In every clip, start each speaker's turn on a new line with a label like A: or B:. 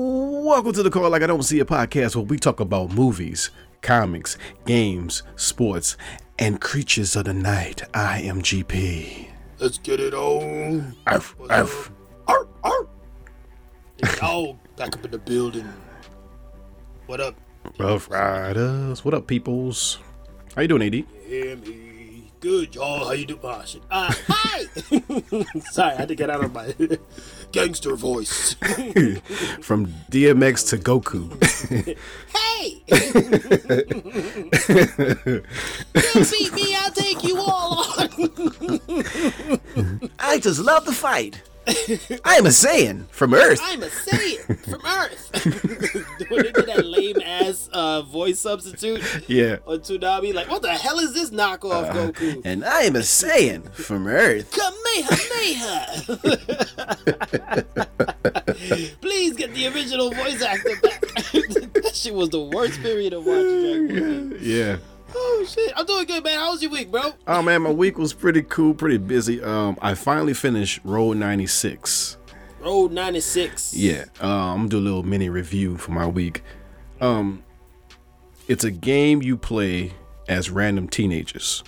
A: Welcome to the Call Like I Don't See a podcast where we talk about movies, comics, games, sports, and creatures of the night. I am GP.
B: Let's get it on.
A: Arf, arf.
B: Arr, arr. It's all back up in the building. What up?
A: Rough Riders. What up, peoples? How you doing, AD?
B: You hear me? Good, y'all. How you doing? Ah, shit. Ah, hi. Sorry, I had to get out of my gangster voice.
A: From DMX to Goku.
B: hey! you beat me, I'll take you all on.
A: I just love the fight. I am a Saiyan from Earth.
B: I'm a Saiyan from Earth. when they did that lame ass uh, voice substitute
A: Yeah.
B: on Tsunami, like, what the hell is this knockoff Goku?
A: And I am a Saiyan from Earth.
B: Kamehameha! Please get the original voice actor back. that shit was the worst period of watching Dragon Ball. Z.
A: Yeah.
B: Oh shit, I'm doing good, man. How was your week, bro?
A: Oh man, my week was pretty cool, pretty busy. Um, I finally finished Road 96.
B: Road 96.
A: Yeah, uh, I'm gonna do a little mini review for my week. Um, it's a game you play as random teenagers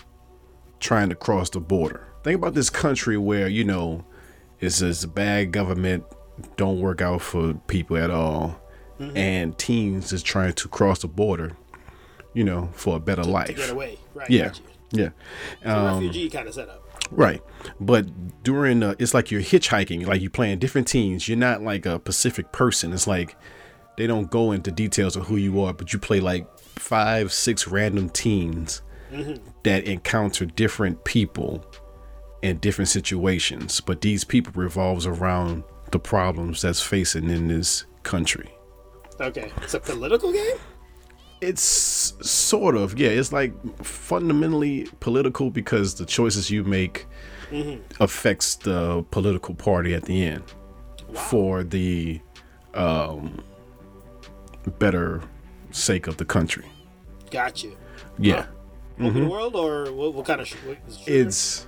A: trying to cross the border. Think about this country where you know it's this bad government, don't work out for people at all,
B: Mm-hmm.
A: and teens is trying to cross the border, you know, for a better life.
B: Get away. Right.
A: yeah, um,
B: got you.
A: yeah.
B: The refugee kind of setup.
A: Right. But during uh, it's like you're hitchhiking, like you're playing different teams. You're not like a specific person. It's like they don't go into details of who you are, but you play like five, six random teams that encounter different people in different situations. But these people revolves around the problems that's facing in this country.
B: Okay. It's a political game?
A: It's sort of yeah. It's like fundamentally political because the choices you make affects the political party at the end for the um, better sake of the country.
B: Got you.
A: Yeah,
B: Open world or what, what kind of sh- what is it shooter?
A: Mm-hmm. it's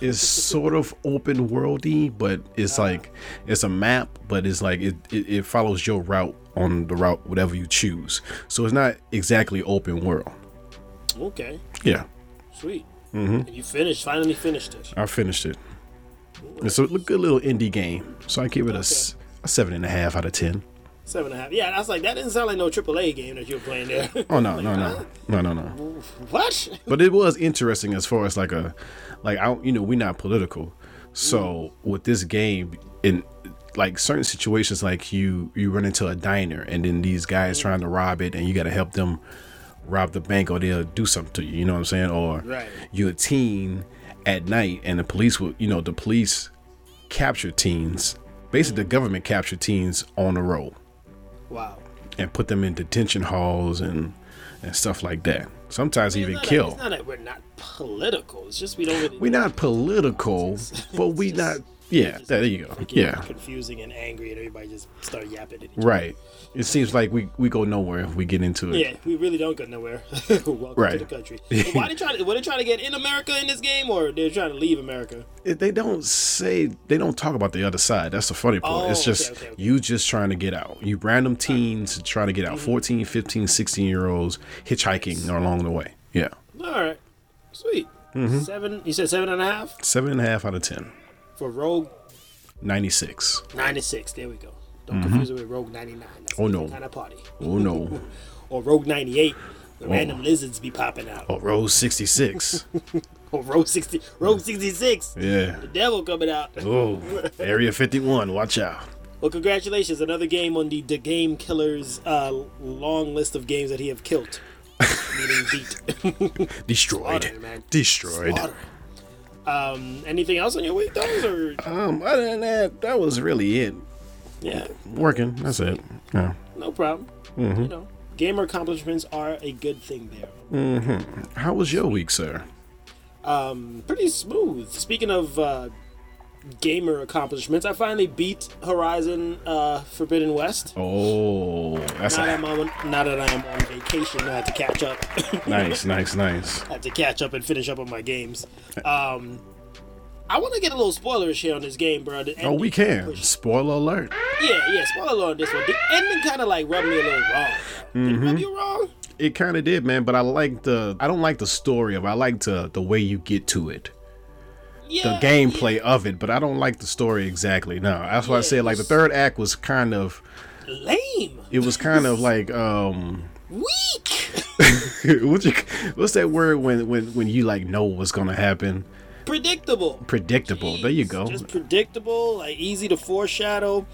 A: it's sort of open worldy, but it's like it's a map, but it's like it, it it follows your route on the route whatever you choose. So it's not exactly open world.
B: Okay.
A: Yeah.
B: Sweet. Mm-hmm. You finished, finally finished it.
A: I finished it. It's a good little indie game, so I give it a, s- a seven and a half out of ten.
B: Seven and a half. Yeah, I was like, that didn't sound like no AAA game that you were playing there.
A: Oh no, no, no, no, no, no!
B: what?
A: But it was interesting as far as like a, like I, don't- you know, we're not political,
B: Mm.
A: so with this game in like certain situations, like you you run into a diner and then these
B: Mm.
A: guys trying to rob it, and you got to help them rob the bank or they'll do something to you. You know what I'm saying? Or
B: Right.
A: you're a teen at night and the police will you know the police capture teens basically
B: Mm.
A: the government capture teens on the road
B: Wow.
A: and put them in detention halls and and stuff like that sometimes even
B: It's not that-
A: kill
B: it's not that we're not political. It's just we don't really.
A: we're not political but we not yeah there you go
B: get
A: yeah
B: Confusing and angry, and everybody just start yapping at each other.
A: right it seems like we we go nowhere if we get into it
B: Yeah, we really don't go nowhere. Welcome to
A: Right.
B: the country. Why they trying? To, were they trying to get in America in this game, or they're trying to leave America?
A: It- they don't say they don't talk about the other side that's the funny part
B: Oh,
A: it's just
B: okay, okay, okay.
A: you just trying to get out you random teens trying to get
B: Mm-hmm.
A: out 14 15 16 year olds hitchhiking along the way yeah
B: All right, sweet.
A: Mm-hmm.
B: Seven. You said seven and a half
A: seven and a half out of ten
B: for Rogue
A: 96
B: ninety six. There we go. Don't confuse it with Rogue ninety nine.
A: Mm-hmm. Oh, no.
B: Kind of party.
A: oh no
B: Or Rogue ninety eight. The random lizards be popping out.
A: oh row 66
B: Or Rogue sixty. Rogue sixty six.
A: yeah
B: The devil coming out.
A: oh area 51 watch out
B: Well, congratulations! Another game on the the game killer's uh, long list of games that he have killed, meaning beat.
A: destroyed
B: Slaughter, man.
A: destroyed
B: Slaughter. Um, anything else on your week, those or
A: um other than that that was really it
B: yeah,
A: working that's it yeah
B: no problem. You know, gamer accomplishments are a good thing there.
A: how was your week sir
B: Um, pretty smooth. Speaking of uh, gamer accomplishments, I finally beat Horizon uh, Forbidden West.
A: oh that's
B: Now
A: a,
B: that I'm on, now that I'm on vacation, I had to catch up.
A: nice nice nice
B: had to catch up and finish up on my games. Um, I want to get a little spoilerish here on this game, bro. The
A: Oh, we
B: ending kinda
A: can.
B: pushed-
A: Spoiler alert.
B: Yeah, yeah. Spoiler alert on this one. The ending kind of like rubbed me a little wrong. Did it
A: Mm-hmm.
B: rub you wrong?
A: It kind of did, man. But I like the. I don't like the story of. it. I like the the way you get to it, the
B: Yeah.
A: gameplay of it. But I don't like the story exactly. No, that's why I
B: Yeah,
A: said like the third act was kind of.
B: Lame.
A: It was kind of like um.
B: Weak.
A: what you, what's that word when when when you like know what's gonna happen?
B: Predictable.
A: Predictable. There you
B: Jeez,
A: go.
B: Just predictable, like easy to foreshadow.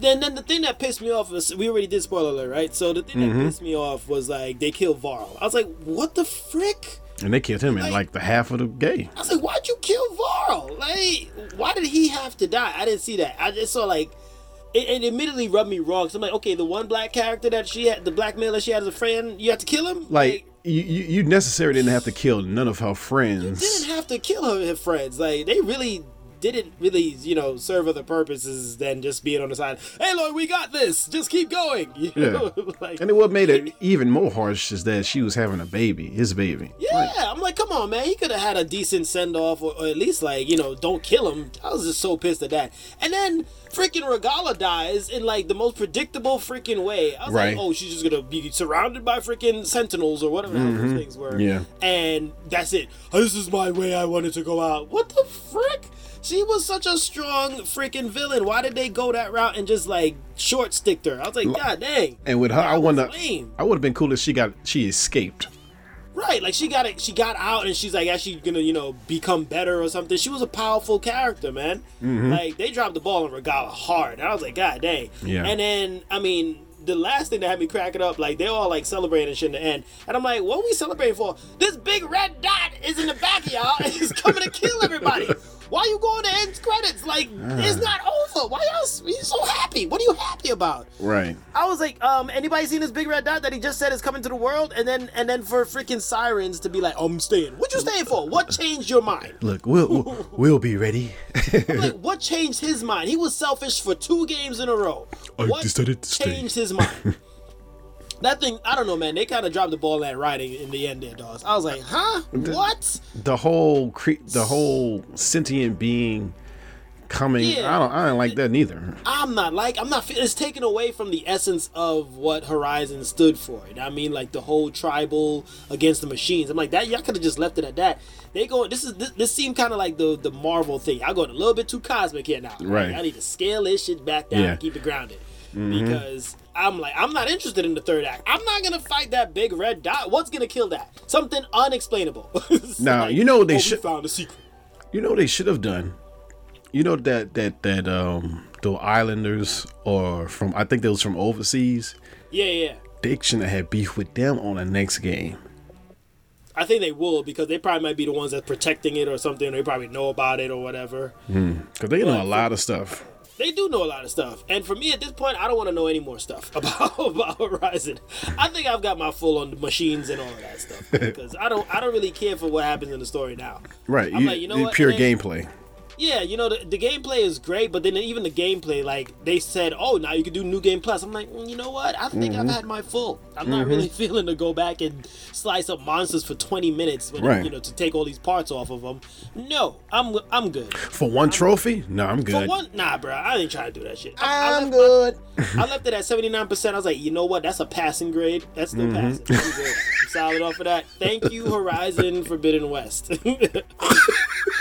B: Then, then the thing that pissed me off was we already did spoiler alert, right? So the thing
A: Mm-hmm.
B: that pissed me off was like they killed Varl. I was like, what the frick?
A: And they killed him in like the half of the game.
B: I was like, why'd you kill Varl? Like, why did he have to die? I didn't see that. I just saw like. It, it admittedly rubbed me wrong. So I'm like, okay, the one black character that she had, the black male that she had as a friend, you have to kill him.
A: Like you, you, you necessarily didn't have to kill none of her friends.
B: didn't have to kill her, her friends. Like they really didn't really, you know, serve other purposes than just being on the side. Hey, Lloyd, we got this. Just keep going. You know?
A: Yeah.
B: like,
A: And then what made it even more harsh is that she was having a baby, his baby.
B: yeah, I'm like, come on, man. He could have had a decent send off, or, or at least like, you know, don't kill him. I was just so pissed at that. And then freaking Regala dies in like the most predictable freaking way. I was
A: Right.
B: like, oh, she's just gonna be surrounded by freaking sentinels or whatever the hell those things were.
A: Mm-hmm. Yeah.
B: and that's it. This is my way I wanted to go out. What the frick? She was such a strong freaking villain. Why did they go that route and just like short sticked her? I was like, God dang.
A: And with her, I
B: was
A: wonder,
B: lame.
A: I would have been cool if she got she escaped.
B: Right, like she got it. She got out, and she's like actually gonna you know become better or something. She was a powerful character, man. Like they dropped the ball on Regala hard, and I was like, God dang.
A: Yeah.
B: And then I mean. The last thing that had me cracking up, like they all like celebrating and shit in the end, and I'm like, "What we celebrating for? This big red dot is in the back of y'all, and he's coming to kill everybody. Why you going to end credits? Like it's not over. Why else? You so happy? What are you happy about?
A: Right.
B: I was like, um, anybody seen this big red dot that he just said is coming to the world? And then and then for freaking sirens to be like, I'm staying. What you staying for? What changed your mind?
A: Look, we'll we'll, we'll be ready.
B: I'm like, what changed his mind? He was selfish for two games in a row.
A: I
B: what
A: decided to stay.
B: changed his mind? that thing, I don't know, man. They kind of dropped the ball at writing in the end there, dogs. I was like, huh? What?
A: the whole cre- the whole sentient being coming.
B: Yeah.
A: I don't I don't like that neither.
B: I'm not like I'm not. fe- It's taken away from the essence of what Horizon stood for. You know what I mean, like the whole tribal against the machines. I'm like that. Y'all could have just left it at that. They go. This is this, this seemed kind of like the the Marvel thing. I going a little bit too cosmic here now. Like,
A: Right.
B: I need to scale this shit back down.
A: Yeah. Mm-hmm.
B: Keep it grounded. Because I'm like I'm not interested in the third act. I'm not gonna fight that big red dot. What's gonna kill that? Something unexplainable. It's
A: Now, you know what they
B: oh, we
A: should-
B: found a secret.
A: You know what they should have done. You know that that that um the islanders or from I think they was from overseas.
B: Yeah, yeah.
A: They shouldn't have had beef with them on the next game.
B: I think they will because they probably might be the ones that's protecting it or something. They probably know about it or whatever.
A: Cause they know a lot of stuff.
B: They do know a lot of stuff. And for me at this point, I don't want to know any more stuff about, about Horizon. I think I've got my full on the machines and all of that stuff because I don't I don't really care for what happens in the story now.
A: Right.
B: I'm
A: You,
B: like, you know
A: you
B: what,
A: pure
B: man?
A: gameplay.
B: Yeah, you know the, the gameplay is great, but then even the gameplay, like they said, oh now you can do new game plus. I'm like, mm, you know what? I think
A: Mm-hmm.
B: I've had my full. I'm not really feeling to go back and slice up monsters for 20 minutes, when,
A: Right.
B: you know, to take all these parts off of them. No, I'm I'm good.
A: For one trophy? No, I'm
B: For
A: good.
B: one, nah, bro, I ain't trying to do that shit. I, I
A: I'm
B: left-
A: good.
B: I left it at 79%. I was like, you know what? That's a passing grade. That's still
A: Mm-hmm.
B: passing. I'm good. I'm solid off of that. Thank you, Horizon Forbidden West. that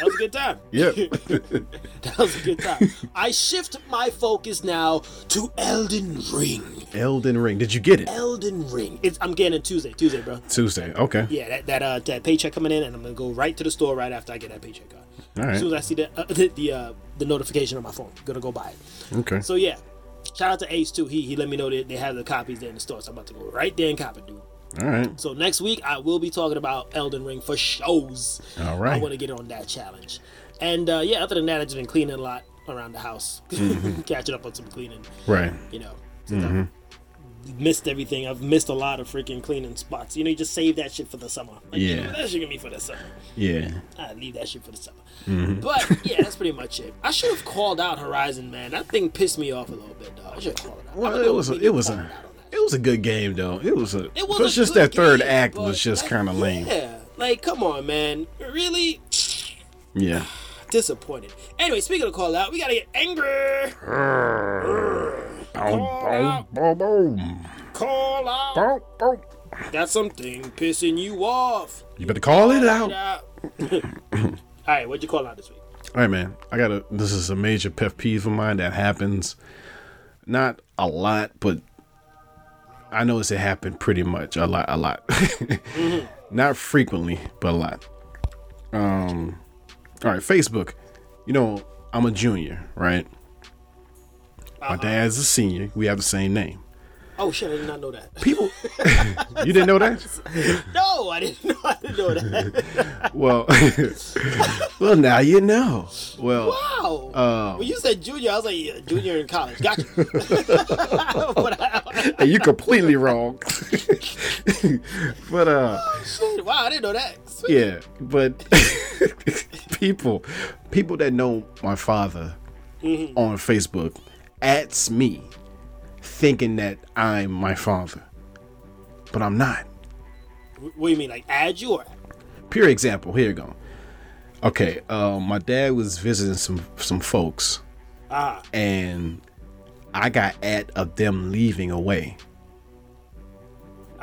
B: was a good time.
A: Yep.
B: That was a good time. I shift my focus now to Elden Ring.
A: Elden Ring. Did you get it?
B: Elden Ring. It's, I'm getting it Tuesday. Tuesday, bro.
A: Tuesday. Okay.
B: Yeah, that that, uh, that paycheck coming in, and I'm gonna go right to the store right after I get that paycheck card.
A: All right.
B: As soon as I see the uh, the the, uh, the notification on my phone, gonna go buy it.
A: Okay.
B: So yeah, shout out to Ace too. He he let me know that they have the copies there in the store, so I'm about to go right there and cop it, dude.
A: All right.
B: So next week I will be talking about Elden Ring for shows.
A: All right.
B: I want to get on that challenge, and uh, yeah, other than that, I've just been cleaning a lot around the house, catching up on some cleaning.
A: Mm-hmm. Right. Mm-hmm.
B: You know, since I've missed everything. I've missed a lot of freaking cleaning spots. You know, you just save that shit for the summer. Like, you know,
A: Yeah.
B: that shit gonna be for the summer.
A: Yeah.
B: I leave that shit for the summer.
A: Mm-hmm.
B: But yeah, that's pretty much it. I should have called out Horizon, man. That thing pissed me off a little bit, dog. I should have called it out.
A: Well,
B: I'm gonna
A: it was a,
B: maybe
A: it was
B: call
A: a
B: out on that.
A: it was a good game though. It was a
B: It was, a
A: just
B: good
A: that third
B: game,
A: act
B: but
A: was just
B: that-
A: kind of lame.
B: Yeah, like come on, man. Really?
A: Yeah.
B: disappointed. Anyway, speaking of call out, we gotta get angry.
A: Boom, boom, boom, boom,
B: Call out.
A: boom, boom.
B: That's something pissing you off.
A: You better call it out. All
B: All right, what'd you call out this week?
A: right, man. I got to This is a major pet peeve of mine that happens. Not a lot, but I notice it happened pretty much a lot, a lot. Not frequently, but a lot. Um. All right, Facebook. You know, I'm a junior, right? My dad's a senior. We have the same name.
B: Oh shit, I did not know that.
A: People, you didn't know that?
B: No, I didn't know. I didn't know that.
A: Well, well, now you know. Well,
B: Wow.
A: Um,
B: when you said junior, I was like yeah, junior in college. Gotcha. but I, oh,
A: you completely wrong. but uh,
B: shit, wow, I didn't know that. Sweet.
A: yeah, but people, people that know my father on Facebook, ats me, thinking that I'm my father, but I'm not.
B: What do you mean, like add you or?
A: pure example. Here you go. Okay, uh, my dad was visiting some some folks,
B: Ah,
A: and I got at of them leaving away.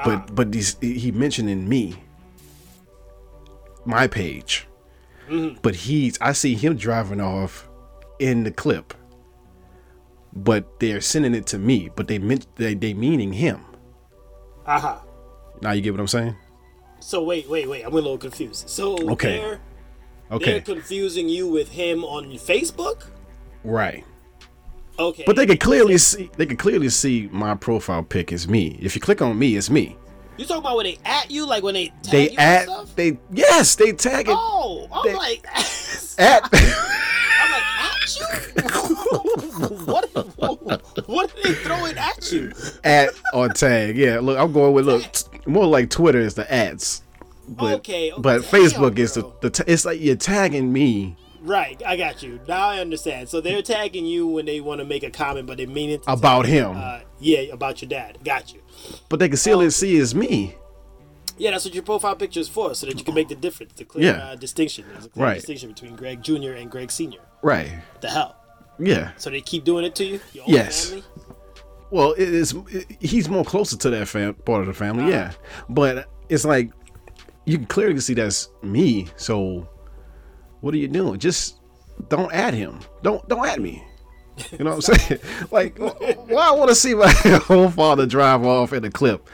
A: But but these, he mentioning me, my page, but he's I see him driving off in the clip. But they're sending it to me, but they meant they they meaning him.
B: aha.
A: Now you get what I'm saying?
B: Uh-huh. So wait, wait, wait. I'm a little confused. So
A: Okay.
B: they're, they're
A: Okay,
B: confusing you with him on Facebook.
A: right.
B: Okay.
A: But they could clearly see they could clearly see my profile pic is me. If you click on me, it's me.
B: you talking about when they at you, like when they tag
A: They
B: you
A: at
B: and stuff?
A: they yes, they tag it
B: oh, I'm
A: they-
B: like,
A: at
B: I'm like at you. what? What are they throwing at you?
A: at or tag. Yeah, look, I'm going with look t- more like Twitter is the ads. But
B: Okay, oh,
A: but
B: damn,
A: Facebook is the,
B: bro.
A: the t- it's like you're tagging me
B: Right, I got you. Now I understand. So they're tagging you when they want to make a comment, but they mean it. To
A: about him.
B: uh, oh. yeah, about your dad. Got you.
A: but they can still see it's me.
B: Yeah, that's what your profile picture is for, so that you can make the difference, the clear
A: Yeah.
B: uh, distinction. There's a clear
A: Right.
B: distinction between Greg Jr. and Greg Sr.
A: Right.
B: The hell?
A: Yeah.
B: So they keep doing it to you? Your own
A: Yes.
B: family?
A: Well, it is. It, he's more closer to that fam- part of the family, yeah. But it's like you can clearly see that's me. So what are you doing? Just don't add him. Don't don't add me. You know what I'm saying? like, why I want to see my whole father drive off in a clip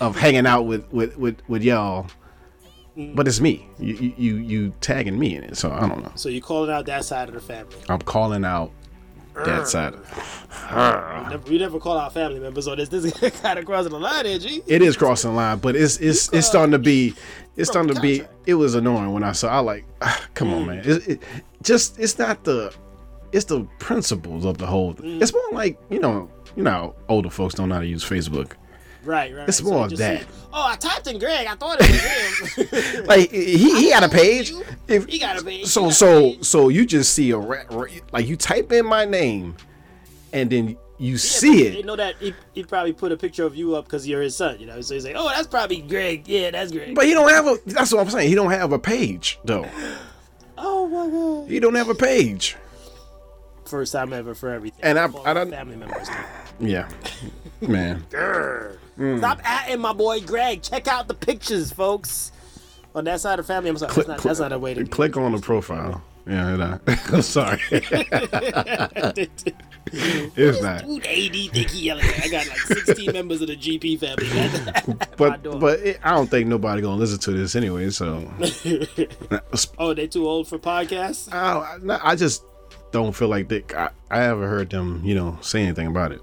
A: of hanging out with with with, with y'all. But it's me. You, you you you tagging me in it, so I don't know.
B: So you're calling out that side of the family.
A: I'm calling out that side. Uh-huh.
B: Never, we never call out family members, so this this kind of crossing the line, here, G.
A: it is crossing the line, but it's it's it's starting to be it's starting to be it was annoying when I saw I like ah, come on man it, it just it's not the it's the principles of the whole
B: Mm.
A: it's more like you know you know how older folks don't know how to use Facebook
B: Right, right.
A: It's
B: right. So
A: more
B: you
A: of
B: just
A: that.
B: see, oh, I typed in Greg. I thought it was him.
A: like he he had a page
B: you.
A: if
B: He got a page. He
A: so
B: got a
A: so
B: page.
A: so you just see a ra- ra- like you type in my name and then you see
B: They
A: it
B: know that he, he probably put a picture of you up because you're his son, you know. So he's like, oh, that's probably Greg. Yeah, that's Greg.
A: but he don't have a that's what I'm saying he don't have a page though
B: oh my god.
A: he don't have a page
B: First time ever for everything.
A: And I-
B: Call
A: I
B: out
A: don't-
B: family members.
A: yeah man
B: Stop atting my boy Greg. Check out the pictures, folks. On that side of the family, I'm sorry.
A: Click-
B: that's, not,
A: click-
B: that's not a way to
A: click on the profile. Yeah, it, uh, I'm sorry. it's not.
B: Dude, AD think he yelling. I got like 16 members of the GP family.
A: But
B: door.
A: but it, I don't think nobody gonna listen to this anyway. So
B: oh, they too old for podcasts?
A: I, I just don't feel like they. I, I haven't heard them, you know, say anything about it.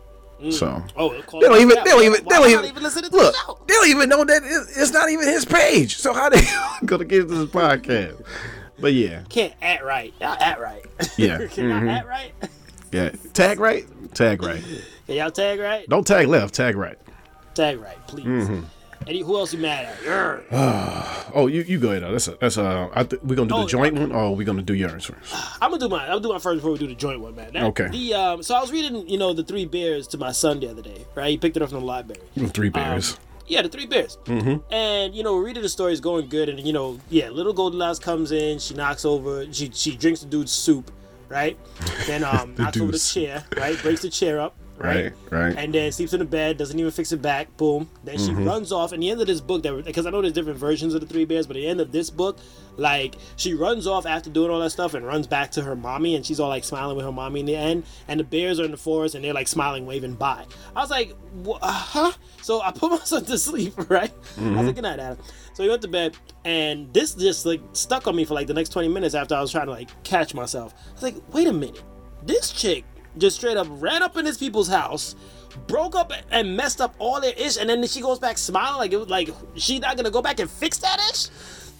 A: So
B: Oh, they'll call
A: they don't
B: you
A: even.
B: out.
A: They don't even.
B: Why
A: They don't even,
B: listen to the
A: look.
B: show?
A: They don't even know that it- it's not even his page. So how they gonna get to this podcast? But yeah,
B: Can't act right. Y'all act right.
A: Yeah.
B: Can y'all act right?
A: yeah. Tag right. Tag right.
B: Can y'all tag right?
A: Don't tag left. Tag right.
B: Tag right, please.
A: Mm-hmm.
B: And you- who else you mad at?
A: Oh, you, you go ahead. uh, That's a, that's uh. I th- we gonna do
B: Oh,
A: the joint one, or we gonna do yours first?
B: I'm gonna do mine. I'm gonna do my first before we do the joint one, man. That-
A: Okay.
B: The um, so I was reading, you know, the Three Bears to my son the other day, right? He picked it up from the library.
A: Three bears.
B: Yeah, the three bears. Mm-hmm. And you know, Rita the story is going good, and you know, yeah, little Goldilocks comes in, she knocks over, she she drinks the dude's soup, right? Then um
A: The
B: knocks over the
A: dude's
B: chair, right? Breaks the chair up, right?
A: Right, right. Mm-hmm.
B: And then sleeps in the bed, doesn't even fix it back. Boom. Then she runs off. And the end of this book, that because I know there's different versions of the three bears, but at the end of this book, like she runs off after doing all that stuff and runs back to her mommy, and she's all like smiling with her mommy in the end. And the bears are in the forest, and they're like smiling, waving bye. I was like, "Wha- uh, huh? So I put myself to sleep, right? I was
A: Mm-hmm.
B: like, good night, Adam. So we went to bed, and this just like stuck on me for like the next 20 minutes after I was trying to like catch myself. I was like, wait a minute this chick just straight up ran up in this people's house, broke up and messed up all their ish, and then she goes back smiling like it was like she not gonna go back and fix that ish.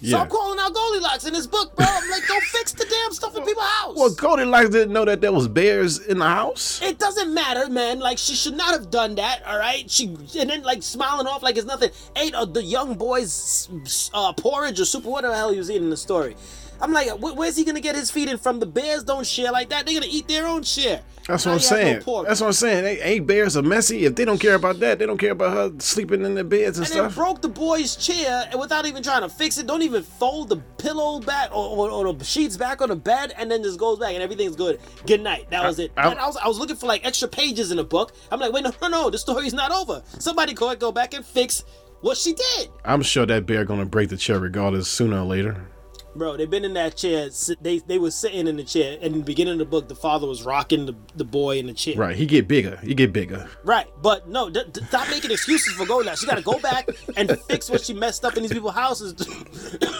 B: So
A: Yeah.
B: I'm calling out Goldilocks in this book, bro. I'm like, go fix the damn stuff in people's house.
A: Well, Goldilocks didn't know that there was bears in the house.
B: It doesn't matter, man. Like she should not have done that. All right, she and then like smiling off like it's nothing. Ate uh, the young boy's uh, porridge or soup or whatever the hell he was eating in the story. I'm like, wh- where's he gonna get his feeding from? The bears don't share like that. They're gonna eat their own share.
A: That's
B: Now
A: what I'm
B: he has no
A: saying.
B: pork.
A: That's what I'm saying. They, ain't bears are messy. If they don't care about that, they don't care about her sleeping in their beds and,
B: and
A: stuff.
B: it broke the boy's chair and without even trying to fix it. Don't even fold the pillow back or, or, or the sheets back on the bed, and then just goes back and everything's good. Good night. That was it.
A: I-
B: and I was I was looking for like extra pages in the book. I'm like, wait, no, no, no, the story's not over. Somebody go go back and fix what she did,
A: I'm sure that bear gonna break the chair regardless sooner or later.
B: bro. They've been in that chair. s- They they were sitting in the chair, and in the beginning of the book, the father was rocking the, the boy in the chair.
A: Right. He get bigger. He get bigger.
B: Right, but no, d- d- stop making excuses for Golda. She got to go back and fix what she messed up in these people's houses.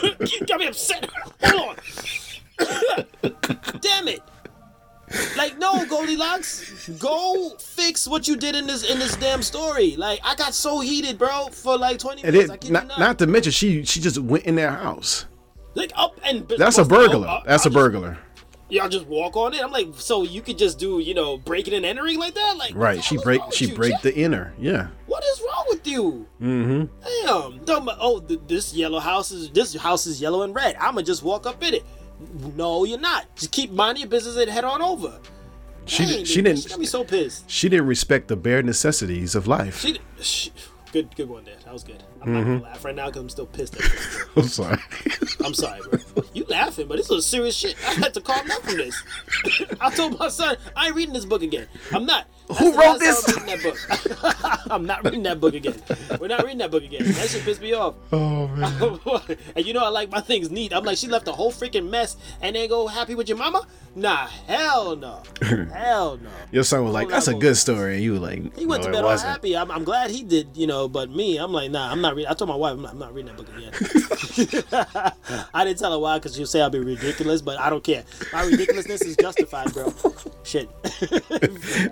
B: you got me upset. Hold on. Damn it. Like no, Goldilocks, go fix what you did in this in this damn story. Like I got so heated, bro, for like twenty
A: And
B: minutes. I
A: then,
B: kid you
A: not,
B: not.
A: not to mention, she she just went in their house.
B: like up and
A: That's a burglar. That's a burglar.
B: burglar. Y'all just walk on it. I'm like, so you could just do you know breaking and entering like that? Like what the
A: Right. She
B: hell is
A: break
B: wrong with
A: she
B: you,
A: break
B: Jack?
A: the inner. Yeah.
B: What is wrong with you? Mm-hmm. Damn. Talking about, oh, th- this yellow house is this house is yellow and red. I'ma just walk up in it. No, you're not. Just keep minding your business and head on over.
A: She
B: Dang,
A: di- she
B: dude, She got me
A: didn't
B: so pissed.
A: she didn't respect the bare necessities of life.
B: She, sh good, good one there. That was good. I'm not
A: Mm-hmm.
B: gonna laugh right now because I'm still pissed. At this.
A: I'm sorry.
B: I'm sorry, bro. You laughing, but this was serious shit. I had to calm down from this. I told my son I ain't reading this book again. I'm not. That's
A: Who
B: the
A: wrote
B: last
A: this?
B: time I'm reading that book. I'm not reading that book again. We're not reading that book again. That shit pissed me off.
A: oh man.
B: and you know I like my things neat. I'm like, she left a whole freaking mess and then go happy with your mama? Nah, hell no. hell no.
A: Your son was like,
B: Hold
A: "That's a
B: on.
A: good story," and you were like,
B: He went
A: "No,
B: to
A: it
B: bed all
A: wasn't."
B: happy. I'm, I'm glad he did, you know, but me, I'm like, nah, I'm not reading. I told my wife, I'm not, I'm not reading that book again. I didn't tell her why because she'll say I'll be ridiculous, but I don't care. My ridiculousness is justified, bro. Shit.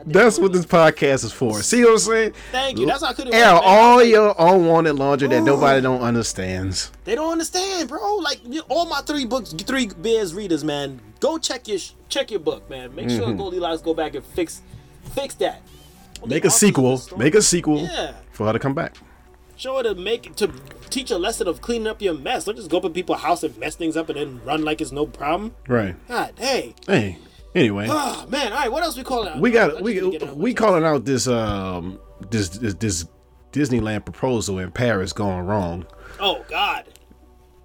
A: That's what this podcast is for. See what I'm saying?
B: Thank you. That's how I couldn't
A: Air
B: recommend-
A: all your unwanted laundry that nobody don't understands.
B: They don't understand, bro. Like you- all my three books, three bears readers, man. Go check your sh- check your book, man. Make sure
A: Mm-hmm.
B: Goldilocks go back and fix fix that.
A: Make a sequel. Make a sequel
B: Yeah.
A: for her to come back.
B: Show her to make to teach a lesson of cleaning up your mess. Don't just go up in people's house and mess things up and then run like it's no problem.
A: Right.
B: God, hey,
A: Hey. Anyway,
B: oh man. All right, what else we calling out?
A: we
B: I
A: got
B: just
A: we
B: need to get out.
A: we calling out this um this this, this Disneyland proposal in Paris going wrong.
B: Oh God.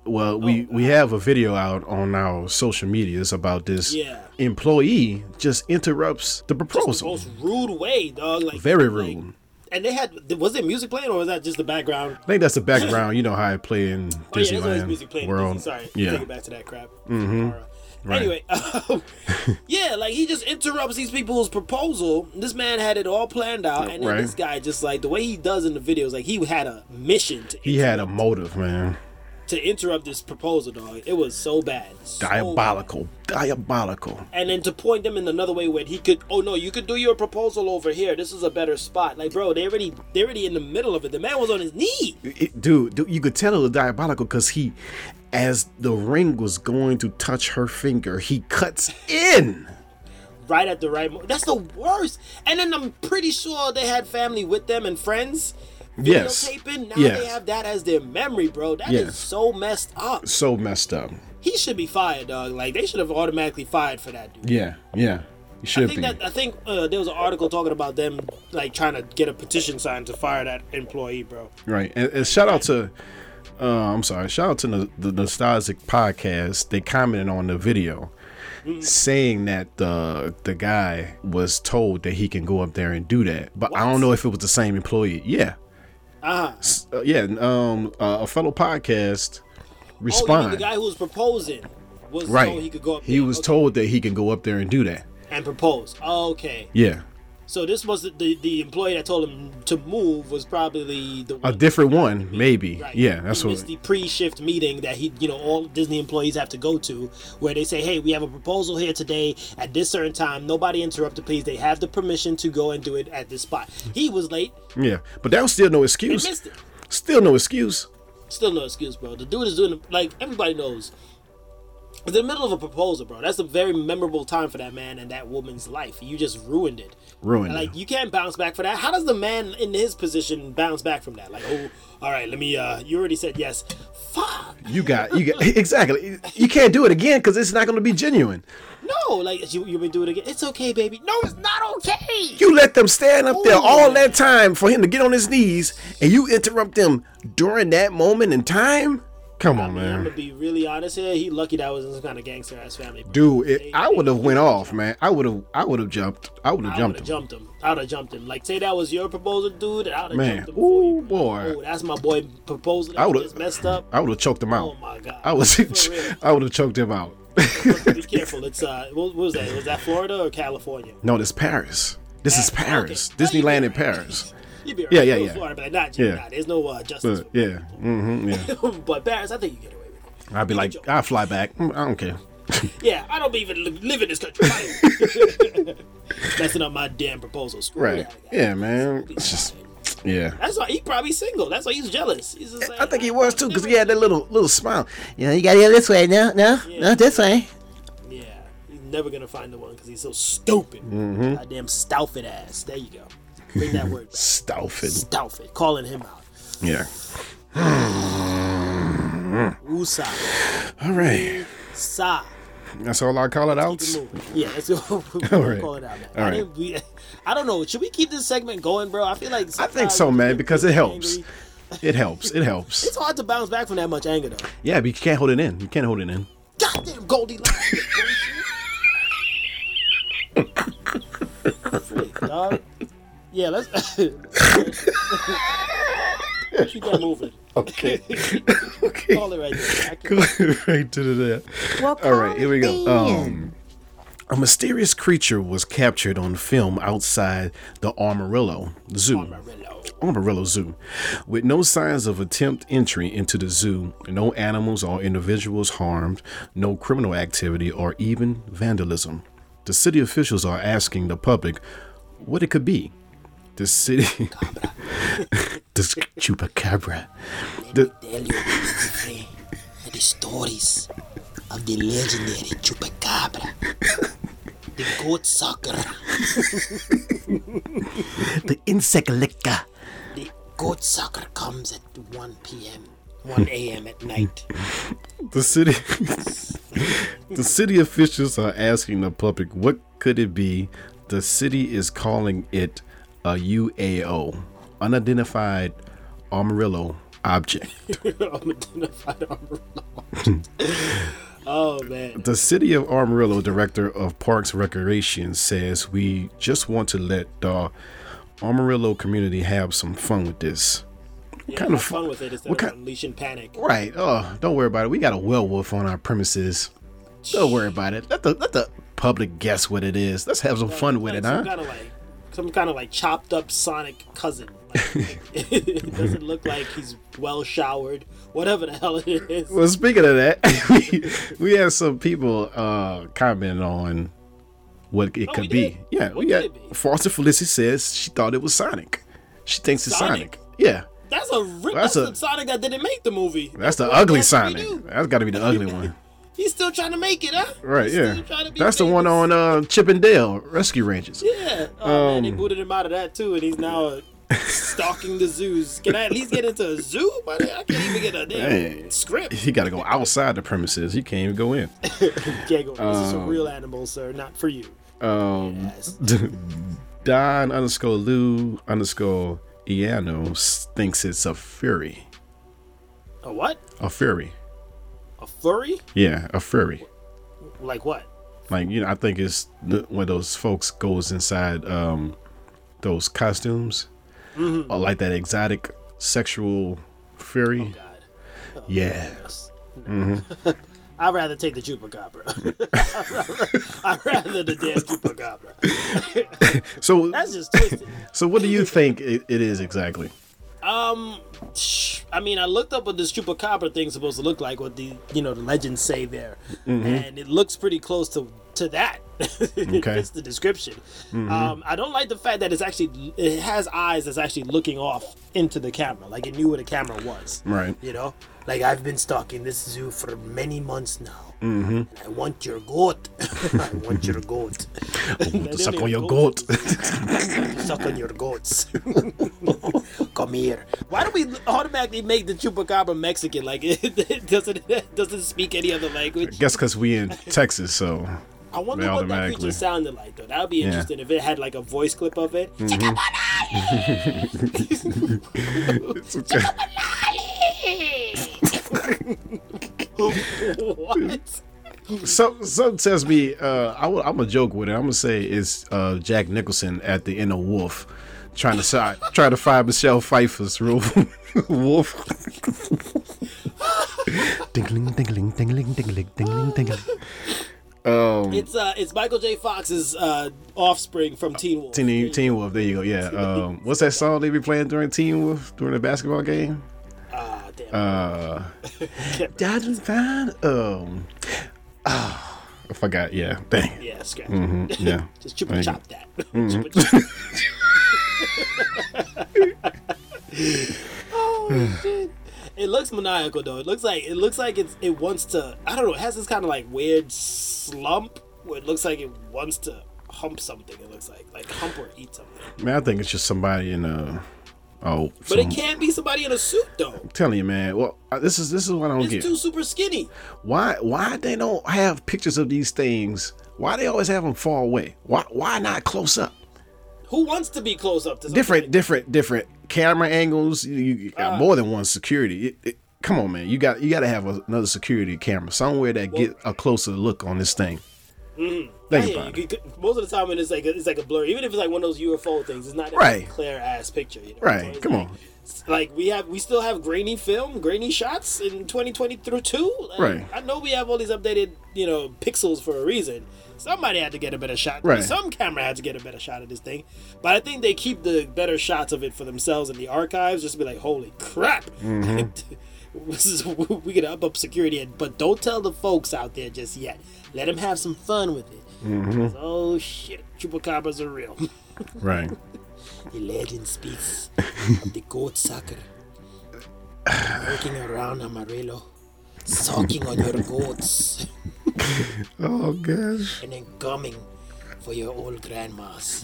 A: Well,
B: Oh,
A: we we have a video out on our social medias about this
B: Yeah.
A: employee just interrupts the
B: The
A: proposal.
B: most rude way, dog. Like
A: Very
B: like-
A: rude.
B: and they had was there music playing or was that just the background?
A: I think that's the background. You know how I play in
B: Oh, yeah, there's always
A: Disneyland
B: music playing. in
A: world.
B: Disney. Sorry,
A: yeah. Mm-hmm.
B: take it back to that crap. Alright. Anyway, um, yeah, like he just interrupts these people's proposal. This man had it all planned out, and then
A: Right.
B: this guy just like the way he does in the videos, like he had a mission to,
A: He had a motive, man.
B: to interrupt this proposal, dog. It was so bad, so
A: Diabolical. Diabolical.
B: and then to point them in another way where he could oh no you could do your proposal over here this is a better spot like bro they already they already in the middle of it the man was on his knee
A: It- dude, dude, you could tell it was diabolical because he, as the ring was going to touch her finger, he cuts in.
B: right at the right moment that's the worst and then i'm pretty sure they had family with them and friends
A: Yes.
B: videotaping now
A: Yes.
B: they have that as their memory bro That is
A: Yes.
B: so messed up
A: So messed up.
B: he should be fired dog like they should have automatically fired for that dude
A: Yeah, yeah. It should
B: I think
A: be.
B: that I think uh, there was an article talking about them like trying to get a petition signed to fire that employee, bro.
A: Right. And, and shout out to, uh, I'm sorry, shout out to the, the Nostalgic Podcast. They commented on the video saying that the the guy was told that he can go up there and do that. But I don't know if it was the same employee. Yeah.
B: Uh-huh.
A: S- Uh, yeah. Um, uh, a fellow podcast
B: Oh, you mean the
A: responded.
B: guy who was proposing was
A: right.
B: told he could go up
A: He
B: there
A: was
B: okay,
A: told that he can go up there and do that.
B: and propose. Okay,
A: Yeah.
B: so this was the, the, the employee that told him to move was probably the
A: A
B: one.
A: different one, maybe.
B: Right.
A: Yeah, that's
B: he
A: what.
B: missed the pre-shift meeting that he, you know, all Disney employees have to go to, where they say, "Hey, we have a proposal here today at this certain time. Nobody interrupted, please. They have the permission to go and do it at this spot." He was late.
A: Yeah, but that was still no
B: He
A: excuse.
B: missed it.
A: Still no excuse.
B: Still no excuse, bro. The dude is doing like everybody knows. It's in the middle of a proposal, bro. That's a very memorable time for that man and that woman's life. You just ruined it.
A: Ruined
B: Like
A: it.
B: you can't bounce back for that. How does the man in his position bounce back from that? Like, oh, all right, let me. uh You already said yes. Fuck.
A: You got you got exactly. You can't do it again because it's not going to be genuine.
B: No, like you, you been doing it again. It's okay, baby. No, it's not okay.
A: You let them stand up there
B: Ooh.
A: all that time for him to get on his knees, and you interrupt them during that moment in time. Come on,
B: I'm
A: man.
B: gonna be really honest here. He lucky that was in some kind of gangster ass family. bro.
A: Dude, it, I would have went off, man. I would have, I would have jumped. I would have
B: I would
A: jumped
B: have
A: him,
B: jumped him. I would have jumped him. Like say that was your proposal, dude. I would have
A: man.
B: jumped him. before you-
A: Ooh, boy.
B: Oh, that's my boy proposal.
A: I
B: That
A: would've-
B: was just messed up.
A: I would have choked him out.
B: Oh my god.
A: I was,
B: For real.
A: I would have choked him out.
B: Be careful. It's uh, what, what was that? Was that Florida or California?
A: no, this Paris. This is
B: Okay.
A: Paris.
B: Well, you
A: Disneyland
B: be
A: in
B: all right.
A: Paris.
B: You'd be
A: Yeah,
B: alright.
A: yeah,
B: Go to
A: yeah.
B: Florida, but not,
A: Yeah.
B: nah, there's no uh, justice.
A: But yeah, hmm yeah.
B: for- but Paris, I think you get away with it.
A: I'd be like, I will fly back. Mm, I don't care.
B: Yeah, I don't even li- live in this country. Messing up my damn proposal. Screw
A: Right.
B: that.
A: Yeah, man. It's just, yeah.
B: That's why he probably single. That's why he's jealous. He's just like,
A: I think he was too, cause he had that little little smile. You know, you gotta go this way, no, no,
B: no,
A: this way.
B: Yeah, he's never gonna find the one because he's so stupid.
A: Mm-hmm.
B: Goddamn stoufid ass. There you go. Bring that word. back.
A: Stoufin.
B: Stoufid. Calling him out.
A: Yeah.
B: Usa.
A: All right.
B: Sa.
A: That's all I call it out.
B: Keep it moving. Yeah, let's go. We're
A: All
B: gonna
A: right.
B: call it out, man.
A: All
B: I,
A: right.
B: didn't- we- I don't know. Should we keep this segment going, bro? I feel like
A: I think
B: sometimes
A: so,
B: we
A: man,
B: get
A: because it
B: really
A: helps.
B: angry.
A: It helps. It helps.
B: It's hard to bounce back from that much anger, though.
A: Yeah, but you can't hold it in. You can't hold it in.
B: goddamn Goldilocks. Freak, dog. Yeah, let's. Keep that moving.
A: Okay. okay.
B: Call it right there. I can-
A: Go right to the All right, here we go. Um, a mysterious creature was captured on film outside the Armadillo Zoo.
B: Amarillo.
A: Armadillo Zoo. With no signs of attempt entry into the zoo, no animals or individuals harmed, no criminal activity or even vandalism. The city officials are asking the public what it could be. The city the chupacabra. The
B: Tell you friend, the stories of the legendary Chupacabra, the goat sucker,
A: the insect licker.
B: the goat sucker comes at 1 p.m., 1 a.m. at night.
A: The city The city officials are asking the public what could it be? The city is calling it a UAO, unidentified Amarillo object.
B: Unidentified Amarillo. oh man,
A: The city of Amarillo director of Parks Recreation says we just want to let the Amarillo community have some fun with this. kind
B: yeah, kind
A: of
B: of fun with it instead
A: what
B: of
A: kind-
B: unleashing panic.
A: Right. Oh, don't worry about it. We got a werewolf on our premises. Don't worry about it. Let the let the public guess what it is. Let's have some fun with it,
B: some
A: huh?
B: kind of like some kind of like chopped up Sonic cousin. Like, it doesn't look like he's well showered. Whatever the hell it is.
A: Well, speaking of that, we we had some people uh comment on what it could
B: Oh, we
A: be.
B: did?
A: Yeah,
B: What
A: we
B: could
A: had
B: it be?
A: Foster Felicity says she thought it was Sonic. She thinks it's Sonic.
B: Sonic?
A: Yeah.
B: That's a rip.
A: That's
B: That's,
A: a-
B: the Sonic that didn't make the movie.
A: That's the
B: What
A: ugly
B: else can we
A: Sonic.
B: do?
A: That's got to be the ugly one.
B: He's still trying to make it, huh?
A: Right,
B: He's
A: yeah.
B: still trying to be
A: That's the one on
B: famous.
A: uh, Chip and Dale Rescue Rangers.
B: Yeah. Oh man, they booted him out of that too, and he's now uh, stalking the zoos. Can I at least get into a zoo? But I can't even get a damn
A: Hey.
B: script.
A: He got to go outside the premises. He can't even go in.
B: Can't go. This is a real animal, sir. Not for you.
A: Um, Don underscore Lou underscore Iano thinks it's a fury.
B: A what?
A: A fury.
B: A furry?
A: Yeah, a fury.
B: Like what?
A: Like you know, I think it's the, when those folks goes inside um, those costumes, or like that exotic sexual fury.
B: God.
A: yeah,
B: I'd rather take the chupacabra. I'd rather the damn chupacabra.
A: So,
B: That's just twisted.
A: so what do you think it, it is exactly?
B: Shh. I mean, I looked up what this chupacabra thing's supposed to look like, what the you know the legends say there, and it looks pretty close to to that. it
A: Okay.
B: fits the description. Um, I don't like the fact that it's actually it has eyes that's actually looking off into the camera, like it knew where the camera was.
A: Right.
B: You know, like I've been stalking this zoo for many months now. Mm-hmm. And I want your goat. I want your goat.
A: To suck on your goat.
B: Suck on your goats. Come here. Why do we automatically make the chupacabra Mexican? Like it, it doesn't it doesn't speak any other language.
A: Guess because we in Texas, so
B: I wonder
A: They
B: what that
A: automatically-
B: creature sounded like though. That would be interesting if it had like a voice clip of it. what?
A: some some tells me uh, I am gonna joke with it. I'm gonna say it's uh, Jack Nicholson at the end of Wolf, trying to si- try to find Michelle Pfeiffer's real Wolf.
C: Dingling, dingling, dingling, dingling, dingling, dingling.
B: It's uh, it's Michael J. Fox's uh, offspring from Teen Wolf.
A: Teen, Teen Wolf. There you go. Yeah. Um, what's that song they be playing during Teen Wolf during the basketball game?
B: Ah, damn.
A: Uh, Dodging fine. Um, oh, I forgot. Yeah. Dang. it.
B: yeah, scratch.
A: Yeah.
B: Just chupa
A: Thank you.
B: chop that. Chupa chop. oh shit! It looks maniacal though. It looks like it looks like it's it wants to. I don't know. It has this kind of like weird slump where it looks like it wants to hump something. It looks like like hump or eat something.
A: Man, I think it's just somebody in a. Oh,
B: But
A: some-
B: it can't be somebody in a suit though.
A: telling you, man. Well, I- this is this is what I don't
B: It's
A: get.
B: too super skinny.
A: why why they don't have pictures of these things? Why they always have them far away? Why why not close up?
B: Who wants to be close up to something?
A: Different different different camera angles. You, you got more than one security. It, it, come on, man. You got you got to have a- another security camera somewhere that get a closer look on this thing. Think
B: Yeah,
A: about
B: you
A: it.
B: could- most of the time when it's like a, it's like a blur. Even if it's like one of those UFO things, it's not
A: Right.
B: a clear ass picture. You know?
A: Right,
B: So it's
A: come
B: like-
A: on.
B: it's Like we have, we still have grainy film, grainy shots in 2020 through two. Like,
A: Right.
B: I know we have all these updated, you know, pixels for a reason. Somebody had to get a better shot.
A: Right.
B: Some camera had to get a better shot of this thing. But I think they keep the better shots of it for themselves in the archives, just to be like, holy crap. This is we could up up security, and- but don't tell the folks out there just yet. Let them have some fun with it. 'Cause, Oh shit, chupacabras are real.
A: Right.
B: The legend speaks of the goat sucker walking around Amarillo, sucking on your goats,
A: Oh gosh.
B: and then coming for your old grandmas.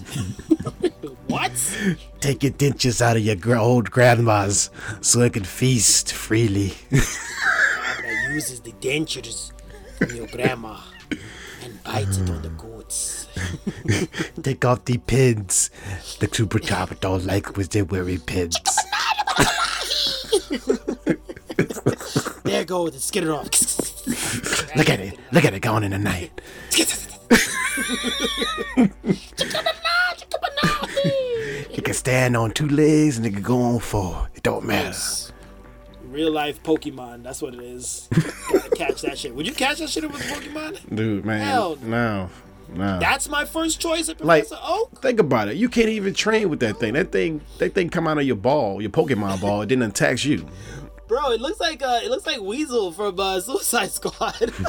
B: what?
C: Take your dentures out of your gr- old grandmas so I can feast freely.
B: Cabra uses the dentures from your grandma and bites it on the goats.
C: Take off the pins. The chupacabra don't like when they wearing pins.
B: There go with it, skid it off.
C: Look at it. Look at it going in the night. It can stand on two legs and it can go on four. It don't matter.
B: Real life Pokemon, that's what it is. Gotta catch that shit. Would you catch that shit if it was Pokemon?
A: Dude, man.
B: Hell.
A: No. No.
B: That's my first choice at
A: Like-
B: Professor Oak.
A: Think about it. You can't even train with that thing. That thing, that thing come out of your ball, your Pokemon ball. It didn't attack you.
B: Bro, it looks like uh, it looks like Weasel from uh, Suicide Squad.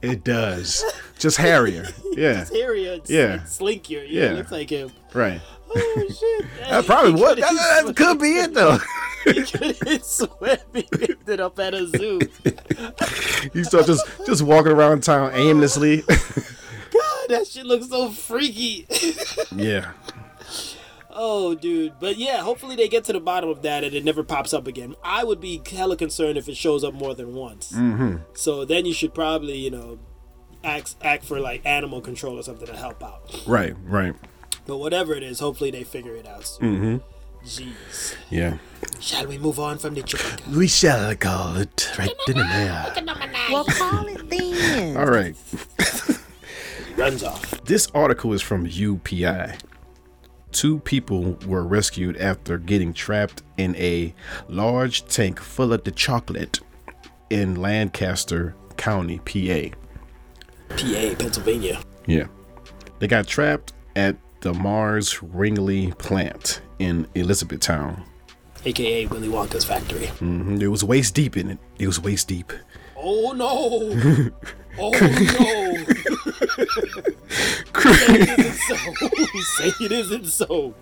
A: It does. Just hairier. Yeah.
B: Terrier, it's,
A: Yeah.
B: it's slinkier. Yeah,
A: Yeah.
B: it looks like him.
A: Right.
B: Oh shit!
A: That probably would. That, that- that could be it though.
B: he couldn't swim. He picked it up at a zoo.
A: You start just just walking around town aimlessly.
B: God, that shit looks so freaky.
A: yeah.
B: Oh, dude. But yeah, hopefully they get to the bottom of that and it never pops up again. I would be hella concerned if it shows up more than once. Mm-hmm. So then you should probably, you know, act act for like animal control or something to help out.
A: Right, right.
B: But whatever it is, hopefully they figure it out. Mm-hmm. Jeez.
A: Yeah.
B: Shall we move on from the Chewbacca?
C: We shall call it right in the air.
D: Well, call it then.
A: All right.
B: He runs off.
A: This article is from UPI. Two people were rescued after getting trapped in a large tank full of the chocolate in Lancaster County, PA.
B: PA, Pennsylvania.
A: Yeah. They got trapped at the Mars Ringley plant in Elizabethtown.
B: AKA Willy Wonka's factory.
A: Mhm, It was waist deep in it. It was waist deep.
B: Oh no! Oh no! Say it isn't so.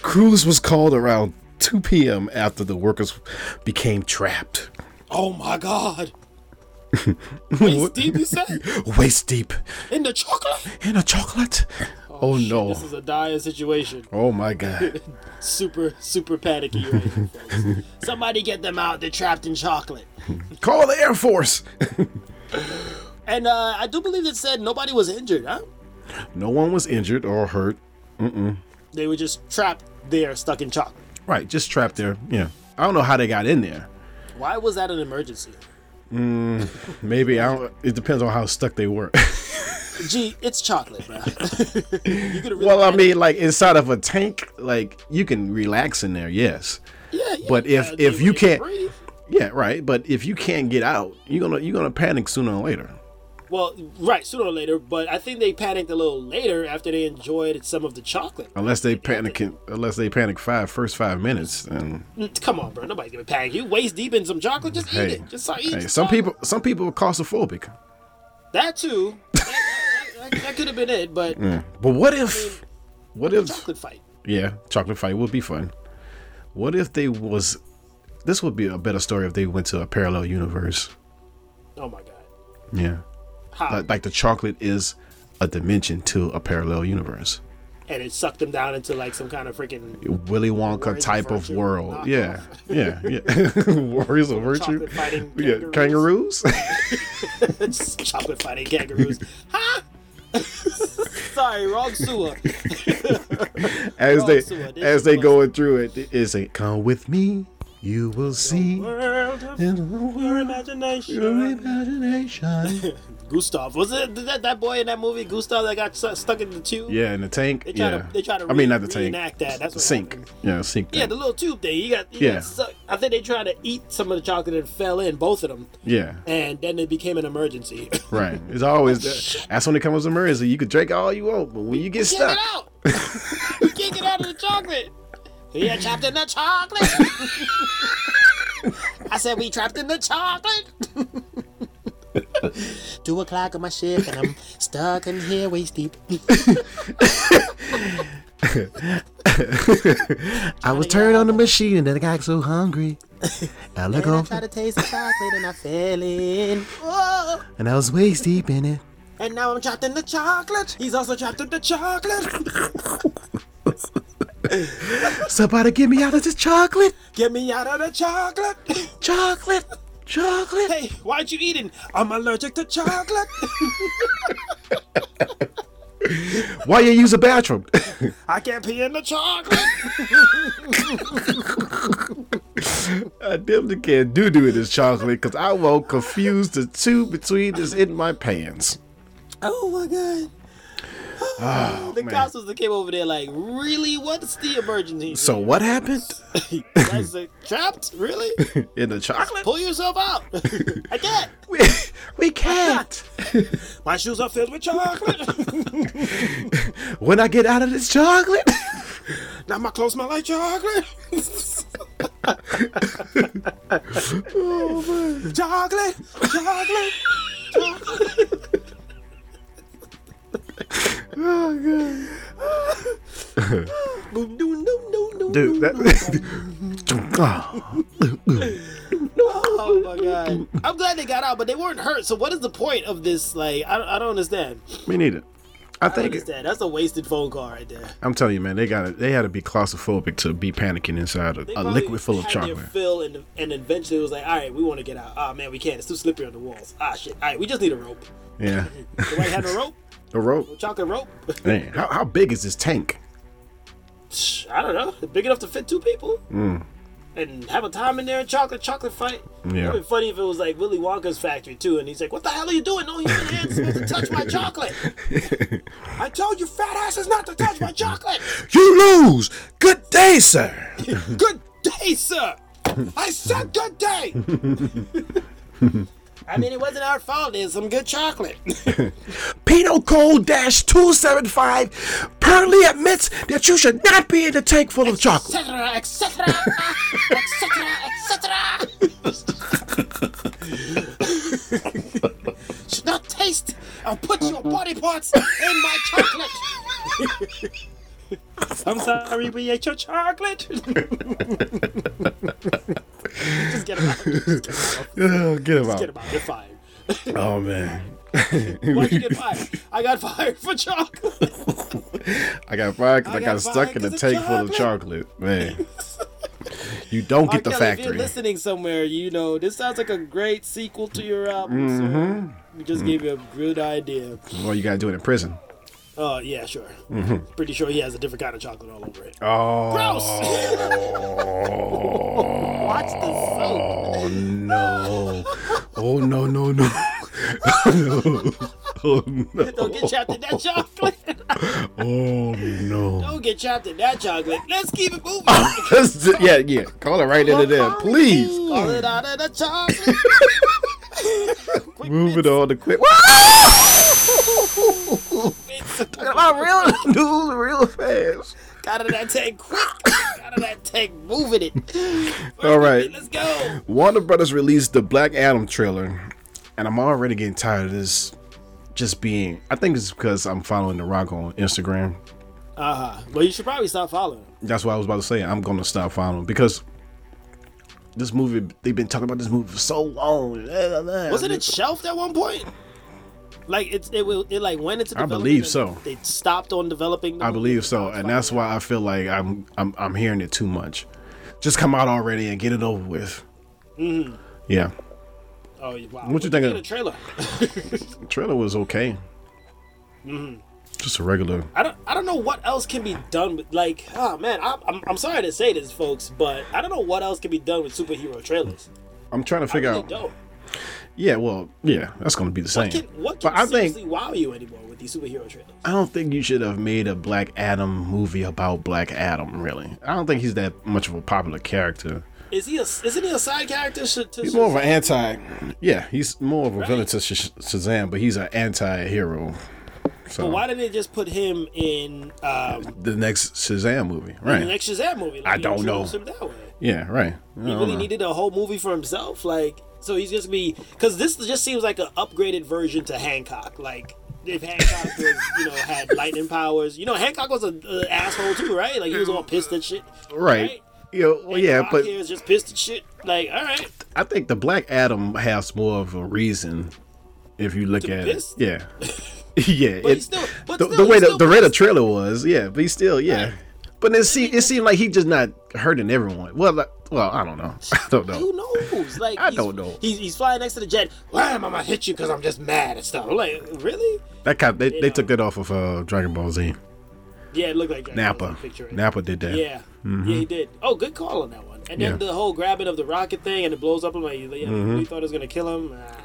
A: Crews was called around 2 p.m. after the workers became trapped.
B: Oh my god! Wait, Steve, you said
A: Waist deep
B: in the chocolate?
A: in a chocolate? Oh, no.
B: This is a dire situation.
A: oh my God.
B: Super, super panicky right here, folks. Somebody get them out. They're trapped in chocolate.
A: Call the Air Force.
B: And uh, I do believe it said nobody was injured, huh?
A: No one was injured or hurt.
B: They were just trapped there, stuck in chocolate.
A: Right, just trapped there. Yeah. I don't know how they got in there.
B: Why was that an emergency?
A: Maybe I don't. It depends on how stuck they were.
B: Gee, it's chocolate, bro. you could have really
A: well, I mean, like inside of a tank, like you can relax in there, yes.
B: yeah, yeah,
A: but if-
B: uh, they
A: if you
B: were
A: can't-
B: brave.
A: Yeah, right. But if you can't get out, you're gonna you're gonna panic sooner or later.
B: Well, right, sooner or later, but I think they panicked a little later after they enjoyed some of the chocolate.
A: Unless they panic, unless they panic five first five minutes, and
B: Mm, Come on, bro. Nobody's gonna panic you. Waist deep in some chocolate, just eat
A: hey,
B: it. Just eat
A: hey,
B: the
A: some
B: chocolate.
A: people some people are claustrophobic.
B: that too. that, that- that- that could have been it, but
A: But what if, what if,
B: chocolate fight.
A: yeah, chocolate fight would be fun. What if they was, this would be a better story if they went to a parallel universe.
B: Oh my god.
A: Yeah,
B: How?
A: like, like the chocolate is a dimension to a parallel universe.
B: and it sucked them down into like some kind of freaking
A: Willy Wonka
B: Warriors of
A: type of
B: Virtue
A: world.
B: knockoff.
A: Yeah, yeah, yeah. Warriors of virtue.
B: chocolate fighting
A: Yeah, kangaroos.
B: chocolate fighting kangaroos. huh? Sorry, wrong sewer.
A: as
B: Oh,
A: they
B: so it is
A: as they
B: close.
A: going through it, it's like, "Come with me, you will see
B: World of
A: in the
B: your
A: world your
B: imagination.
A: imagination."
B: Gustav was it did that that boy in that movie Gustav that got stu- stuck in the tube?
A: yeah, in the tank.
B: They try
A: yeah,
B: to they try to.
A: I mean not the
B: re-
A: tank.
B: Reenact that. That's what
A: Sink.
B: happened.
A: Yeah, sink.
B: Yeah,
A: Yeah,
B: the little tube thing. You got. You
A: Yeah.
B: Got suck. I think they tried to eat some of the chocolate and fell in both of them,
A: yeah.
B: and then it became an emergency.
A: Right. It's always that. that's when it comes to emergency. You can drink all you want, but when you get
B: Get
A: stuck,
B: it out! you can't get out of the chocolate. We are trapped in the chocolate. I said we trapped in the chocolate. Two o'clock on my shift, and I'm stuck in here waist deep.
C: I was turned on the machine and then I got so hungry. I look
B: And I
C: over
B: try to taste the chocolate, and I fell in. Whoa.
C: and I was waist deep in it.
B: And now I'm trapped in the chocolate. He's also trapped in the chocolate.
C: Somebody get me out of this chocolate!
B: Get me out of the chocolate.
C: Chocolate! Chocolate!
B: Hey, why'd you eating? I'm allergic to chocolate.
A: why you use a bathroom?
B: I can't pee in the chocolate.
A: I definitely can't do do this chocolate because I will confuse the two between this in my pants.
B: Oh my god. the
A: Oh, man.
B: cops was that came over there like, really? What's the emergency?
A: So what happened
B: That's like, trapped? Really?
A: in the chocolate?
B: Pull yourself out. I can't.
A: We, we can't.
B: My shoes are filled with chocolate.
A: When I get out of this chocolate.
B: now my clothes smell like chocolate. Chocolate, chocolate.
A: Oh,
B: No, no, no, no,
A: Dude,
B: no, no.
A: that. Ah,
B: Oh my god! I'm glad they got out, but they weren't hurt. So what is the point of this? Like, I don't, I don't understand.
A: we need it. I
B: I
A: think
B: understand. That's a wasted phone call right there.
A: I'm telling you, man, they got they had to be claustrophobic to be panicking inside a,
B: They
A: a
B: probably
A: liquid full of
B: had Their
A: chocolate.
B: fill and, and eventually it was like, all right, we want to get out. Ah, man, we can't. It's too slippery on the walls. Ah, shit. All right, we just need a rope.
A: Yeah,
B: Somebody had a rope?
A: a rope.
B: Chocolate rope?
A: Man, how, how big is this tank?
B: Shh, I don't know. Big enough to fit two people? And have a time in there and chocolate, chocolate fight?
A: Yeah.
B: It would be funny if it was like Willy Wonka's factory too, and he's like, what the hell are you doing? No human hands supposed to touch my chocolate. I told you fat asses not to touch my chocolate.
A: You lose. Good day, sir.
B: Good day, sir. I said good day. I mean, it wasn't our fault. There's some good chocolate.
A: Penal Code Dash 275 pertly admits that you should not be in the tank full of chocolate.
B: etc., etc., etc., etc. Should not taste. I'll put your body parts in my chocolate. I'm sorry, we ate your chocolate. Just get him out. Just get him out.
A: Oh, get him
B: Just
A: out.
B: get him out. You're fired.
A: Oh, man.
B: Why'd you get fired? I got fired for chocolate.
A: I got fired 'cause
B: I
A: I,
B: got
A: got stuck
B: fired
A: in a
B: 'cause of
A: tank full of chocolate. Man. You don't get the
B: Kelly, If you're
A: factory.
B: listening somewhere, you know this sounds like a great sequel to your album. So
A: Mm-hmm.
B: we just gave you a good idea.
A: Well, you got to do it in prison.
B: Oh yeah, sure.
A: Mm-hmm.
B: Pretty sure he has a different kind of chocolate all over it.
A: Oh,
B: Gross. Watch the soap.
A: Oh, no. Oh, no, no, no. Oh, no.
B: Don't get trapped in that chocolate.
A: Oh, no.
B: Don't get trapped in that chocolate. Let's keep it moving.
A: That's- yeah, yeah. Call it right into there. Please.
B: Call it out of the chocolate.
A: Move it on to quick. Talking about real news real fast.
B: Got out of that tank quick. Got out of that tank moving it.
A: All right.
B: Let's go.
A: Warner Brothers released the Black Adam trailer, and I'm already getting tired of this just being. I think it's because I'm following The Rock on Instagram.
B: Uh huh. But you should probably stop following. him.
A: That's what I was about to say. I'm going to stop following because this movie, they've been talking about this movie for so long.
B: Wasn't it shelved at one point? Like it's it will it like went into
A: I
B: development
A: believe
B: and
A: so.
B: They stopped on developing. the
A: I
B: movie.
A: believe so, and that's why I feel like I'm I'm I'm hearing it too much. Just come out already and get it over with.
B: Mm-hmm.
A: Yeah,
B: Oh wow!
A: What you think
B: did
A: of-
B: the trailer?
A: the trailer was okay.
B: Mm-hmm.
A: Just a regular.
B: I don't I don't know what else can be done with like oh man I, I'm I'm sorry to say this folks but I don't know what else can be done with superhero trailers.
A: I'm trying to
B: I
A: figure
B: really
A: out.
B: don't.
A: Yeah, well, yeah, that's gonna be the same.
B: What can what can
A: but I
B: seriously
A: think
B: wow you anymore with these superhero trailers?
A: I don't think you should have made a Black Adam movie about Black Adam. Really, I don't think he's that much of a popular character.
B: Is he a isn't he a side character? To, to
A: He's more of an anti. Yeah, he's more of a villain to Sh- Shazam, but he's an anti-hero. So
B: But why didn't they just put him in um,
A: the next Shazam movie, right?
B: the next Shazam movie? Like,
A: I
B: you
A: don't know.
B: introduce Him that way.
A: Yeah, right.
B: He really needed a whole movie for himself. Like, so he's just be because this just seems like an upgraded version to Hancock. Like, if Hancock was, you know, had lightning powers, you know, Hancock was an asshole too, right? Like, he was all pissed and shit.
A: right. You know, well, yeah,
B: Rock
A: but
B: here is just pissed and shit. Like, all right,
A: I think the Black Adam has more of a reason if you look at
B: piss?
A: it. Yeah. yeah.
B: But
A: it-
B: he's still- but
A: the,
B: still,
A: the
B: he's
A: way the,
B: still
A: the Reddit
B: pissed.
A: trailer was, yeah, but he's still, yeah. But it, see, it seemed like he just not hurting everyone. Well, like, well, I don't know. I don't know.
B: who knows? Like,
A: Oh. I
B: he's-
A: don't know.
B: He's, he's flying next to the jet. Why am I gonna hit you? Because I'm just mad and stuff. I'm like, really?
A: That kind they, they
B: know.
A: took that off of uh, Dragon Ball Z.
B: Yeah, it looked like Dragon Ball Z
A: Nappa.
B: picture.
A: Nappa did that.
B: Yeah, yeah, he did. Oh, good call on that one. And then
A: Yeah.
B: the whole grabbing of the rocket thing and it blows up. I'm like, you you thought it was gonna kill him? Ah,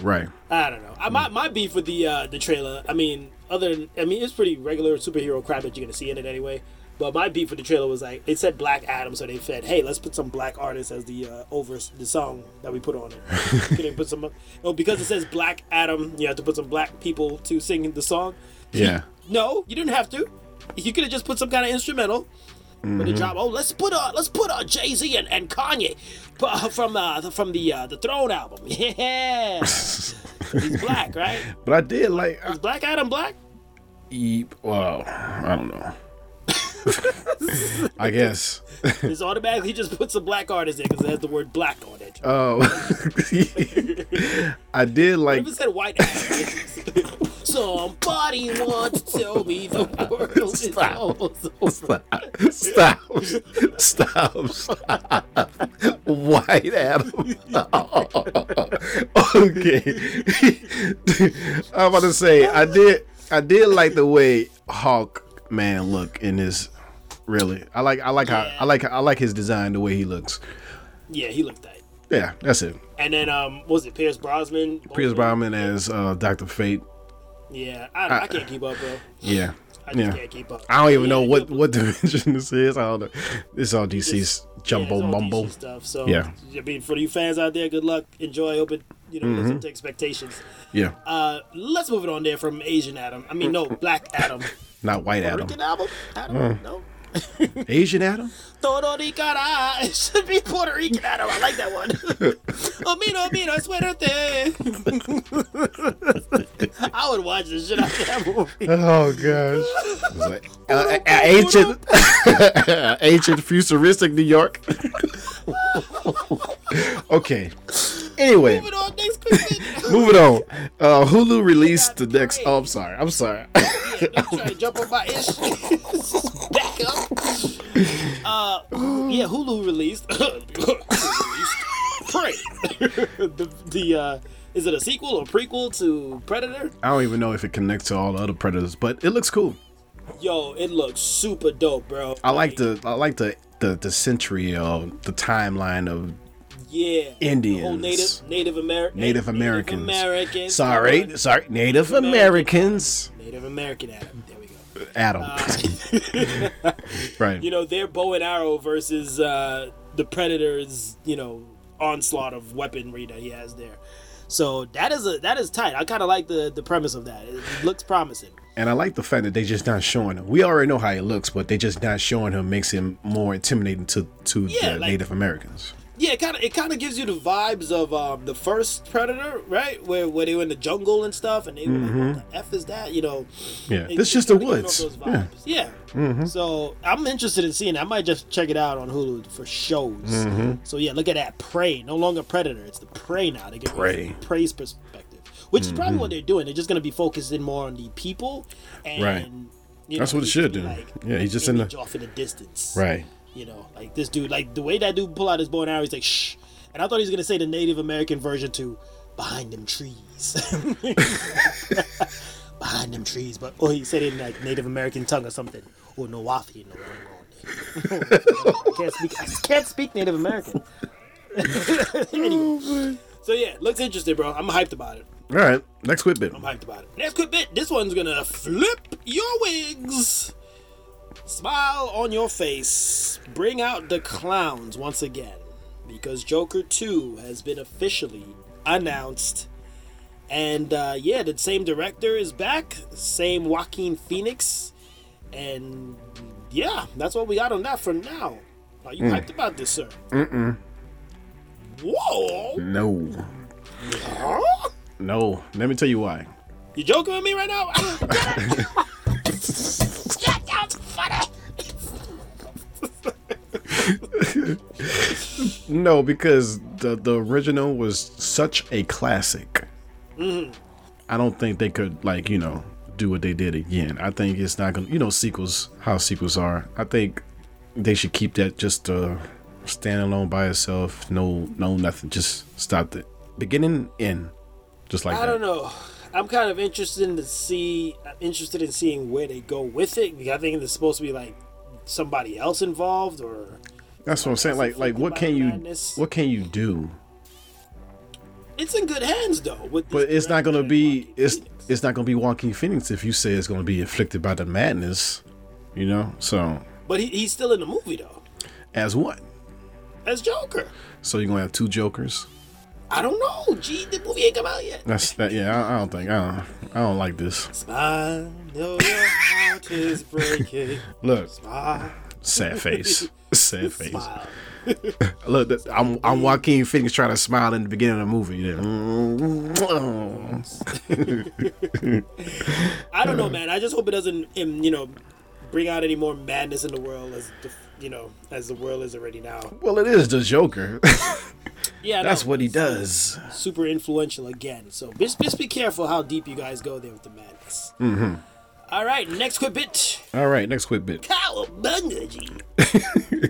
A: Right.
B: I don't know. I, my, my beef with the uh, the trailer. I mean, other than I mean, it's pretty regular superhero crap that you're gonna see in it anyway. But my beef with the trailer was like it said Black Adam, so they said, "Hey, let's put some black artists as the uh, over the song that we put on it." Can they put some? Oh, because it says Black Adam, you have to put some black people to sing the song.
A: Yeah.
B: No, you didn't have to. You could have just put some kind of instrumental. But
A: Mm-hmm.
B: the drop, oh, let's put uh, let's put uh, Jay Z and, and Kanye p- uh, from uh, the, from the uh, the Throne album. Yeah, 'Cause he's black, right?
A: But I did like. I,
B: Is Black Adam black?
A: e- well, I don't know. I guess.
B: It's automatically just puts a black artist in because it has the word black on it.
A: Uh, Oh, I did
B: I
A: like.
B: even said white. Adam. Somebody wants to tell me the world is
A: Stop.
B: almost over.
A: Stop. Stop. Stop. White Adam. okay. I'm about to say I did I did like the way Hawk man look in this really. I like I like how I like I like his design the way he looks.
B: Yeah, he looked tight.
A: Yeah, that's it.
B: And then um, what was it Pierce Brosnan?
A: Pierce Brosnan as uh, Dr. Fate.
B: Yeah, I, I can't keep up, bro.
A: Yeah.
B: I just
A: Yeah.
B: can't keep up.
A: I don't even
B: Yeah,
A: know
B: I
A: what
B: keep up.
A: what dimension this is. I don't know. It's all DC's
B: Yeah, it's
A: jumbo
B: all
A: mumbo.
B: DC stuff. So
A: Yeah.
B: I mean, for you fans out there, good luck, enjoy. Hope it you know
A: Mm-hmm.
B: lives up to expectations.
A: Yeah.
B: Uh, let's move it on there from Asian Adam. I mean, no, Black Adam.
A: Not white Adam.
B: Rican Adam. Adam. No.
A: Asian Adam?
B: Todo Ricana. It should be Puerto Rican Adam. I like that one. oh, mira, mira, suerte. I would watch the shit out of that movie.
A: Oh gosh. It's like, uh, uh, ancient ancient futuristic New York. okay. Anyway,
B: Moving on next quick.
A: moving on. Uh, Hulu released the next Oh, I'm sorry. I'm sorry.
B: I'm trying to jump on my ish. Back up. Uh, yeah, Hulu released. released Prey. the the uh, is it a sequel or prequel to Predator?
A: I don't even know if it connects to all the other predators, but it looks cool.
B: Yo, it looks super dope, bro.
A: I like the I like the the, the century of the timeline of
B: yeah
A: Indians.
B: The whole Native Native American
A: Native Americans.
B: Native Americans.
A: Sorry, sorry, Native Americans.
B: Native American Adam. There we go.
A: Adam. right.
B: you know their bow and arrow versus uh, the predator's you know onslaught of weaponry that he has there so that is a that is tight i kind of like the the premise of that it looks promising
A: And I like the fact that they just not showing him. We already know how he looks, but they just not showing him makes him more intimidating to to
B: Yeah,
A: the
B: like-
A: Native Americans.
B: yeah it kind of it kind of gives you the vibes of um, the first predator right where where they were in the jungle and stuff and they were like what the f is that you know
A: Mm-hmm. Yeah,
B: it-
A: it's
B: it
A: just the
B: kinda giving
A: woods.
B: off those
A: Yeah. Mm-hmm.
B: vibes. yeah, so i'm interested in seeing it. i might just check it out on hulu for shows
A: Mm-hmm.
B: so yeah look at that prey no longer predator it's the prey now they get
A: Prey. Mm-hmm.
B: prey's perspective which is probably what they're doing they're just going to be focusing more on the people and
A: Right.
B: you
A: That's
B: know,
A: what it
B: he's
A: should
B: gonna be,
A: do. Yeah, he's just in
B: image
A: the-
B: off in the distance
A: Right.
B: you know, like this dude, like the way that dude pull out his bow and arrow, he's like, shh. And I thought he was gonna say the Native American version to behind them trees. behind them trees, but or he said it in like Native American tongue or something. Or Nawathi you know what I'm going on. I can't speak I can't speak Native American. anyway. So yeah, looks interesting, bro. I'm hyped about it.
A: All right. Next Whitbit.
B: I'm hyped about it. Next quick bit. This one's gonna flip your wigs. Smile on your face. Bring out the clowns once again, because Joker Two has been officially announced. And uh, yeah, the same director is back, same Joaquin Phoenix, and yeah, that's what we got on that for now. Are you hyped about this, sir? Mm-mm. Whoa!
A: No.
B: Huh?
A: No. Let me tell you why.
B: You joking with me right now?
A: No, because the the original was such a classic.
B: Mm-hmm.
A: I don't think they could like you know do what they did again. I think it's not gonna you know sequels how sequels are. I think they should keep that just uh standalone by itself. No, no, nothing. Just stop the beginning end, just like
B: I
A: that.
B: don't know. I'm kind of interested in to see. I'm interested in seeing where they go with it. I think it's supposed to be like somebody else involved, or
A: That's what I'm saying. Like like what can you
B: Madness.
A: what can you do?
B: it's in good hands though. With this
A: But it's not gonna
B: director and
A: be
B: Joaquin
A: it's
B: Phoenix.
A: it's not gonna be Walking Phoenix if you say it's gonna be afflicted by the madness, you know. So
B: But he, he's still in the movie though,
A: as what?
B: as Joker.
A: So you're gonna have two Jokers.
B: I don't know. Gee, the movie ain't come out yet.
A: That's that. Yeah, I, I don't think I don't. I don't like this.
B: Smile, know your heart is breaking.
A: Look,
B: Ah,
A: sad face, sad face.
B: smile.
A: Look, that- I'm I'm Joaquin Phoenix trying to smile in the beginning of the movie. Yeah.
B: I don't know, man. I just hope it doesn't, um, you know, bring out any more madness in the world as the, you know as the world is already now.
A: Well, it is the Joker.
B: Yeah,
A: That's what he does.
B: super influential again. So just, just be careful how deep you guys go there with the madness. Mm-hmm. All right, next quick bit.
A: All right, next quick bit.
B: Cowabunga, G.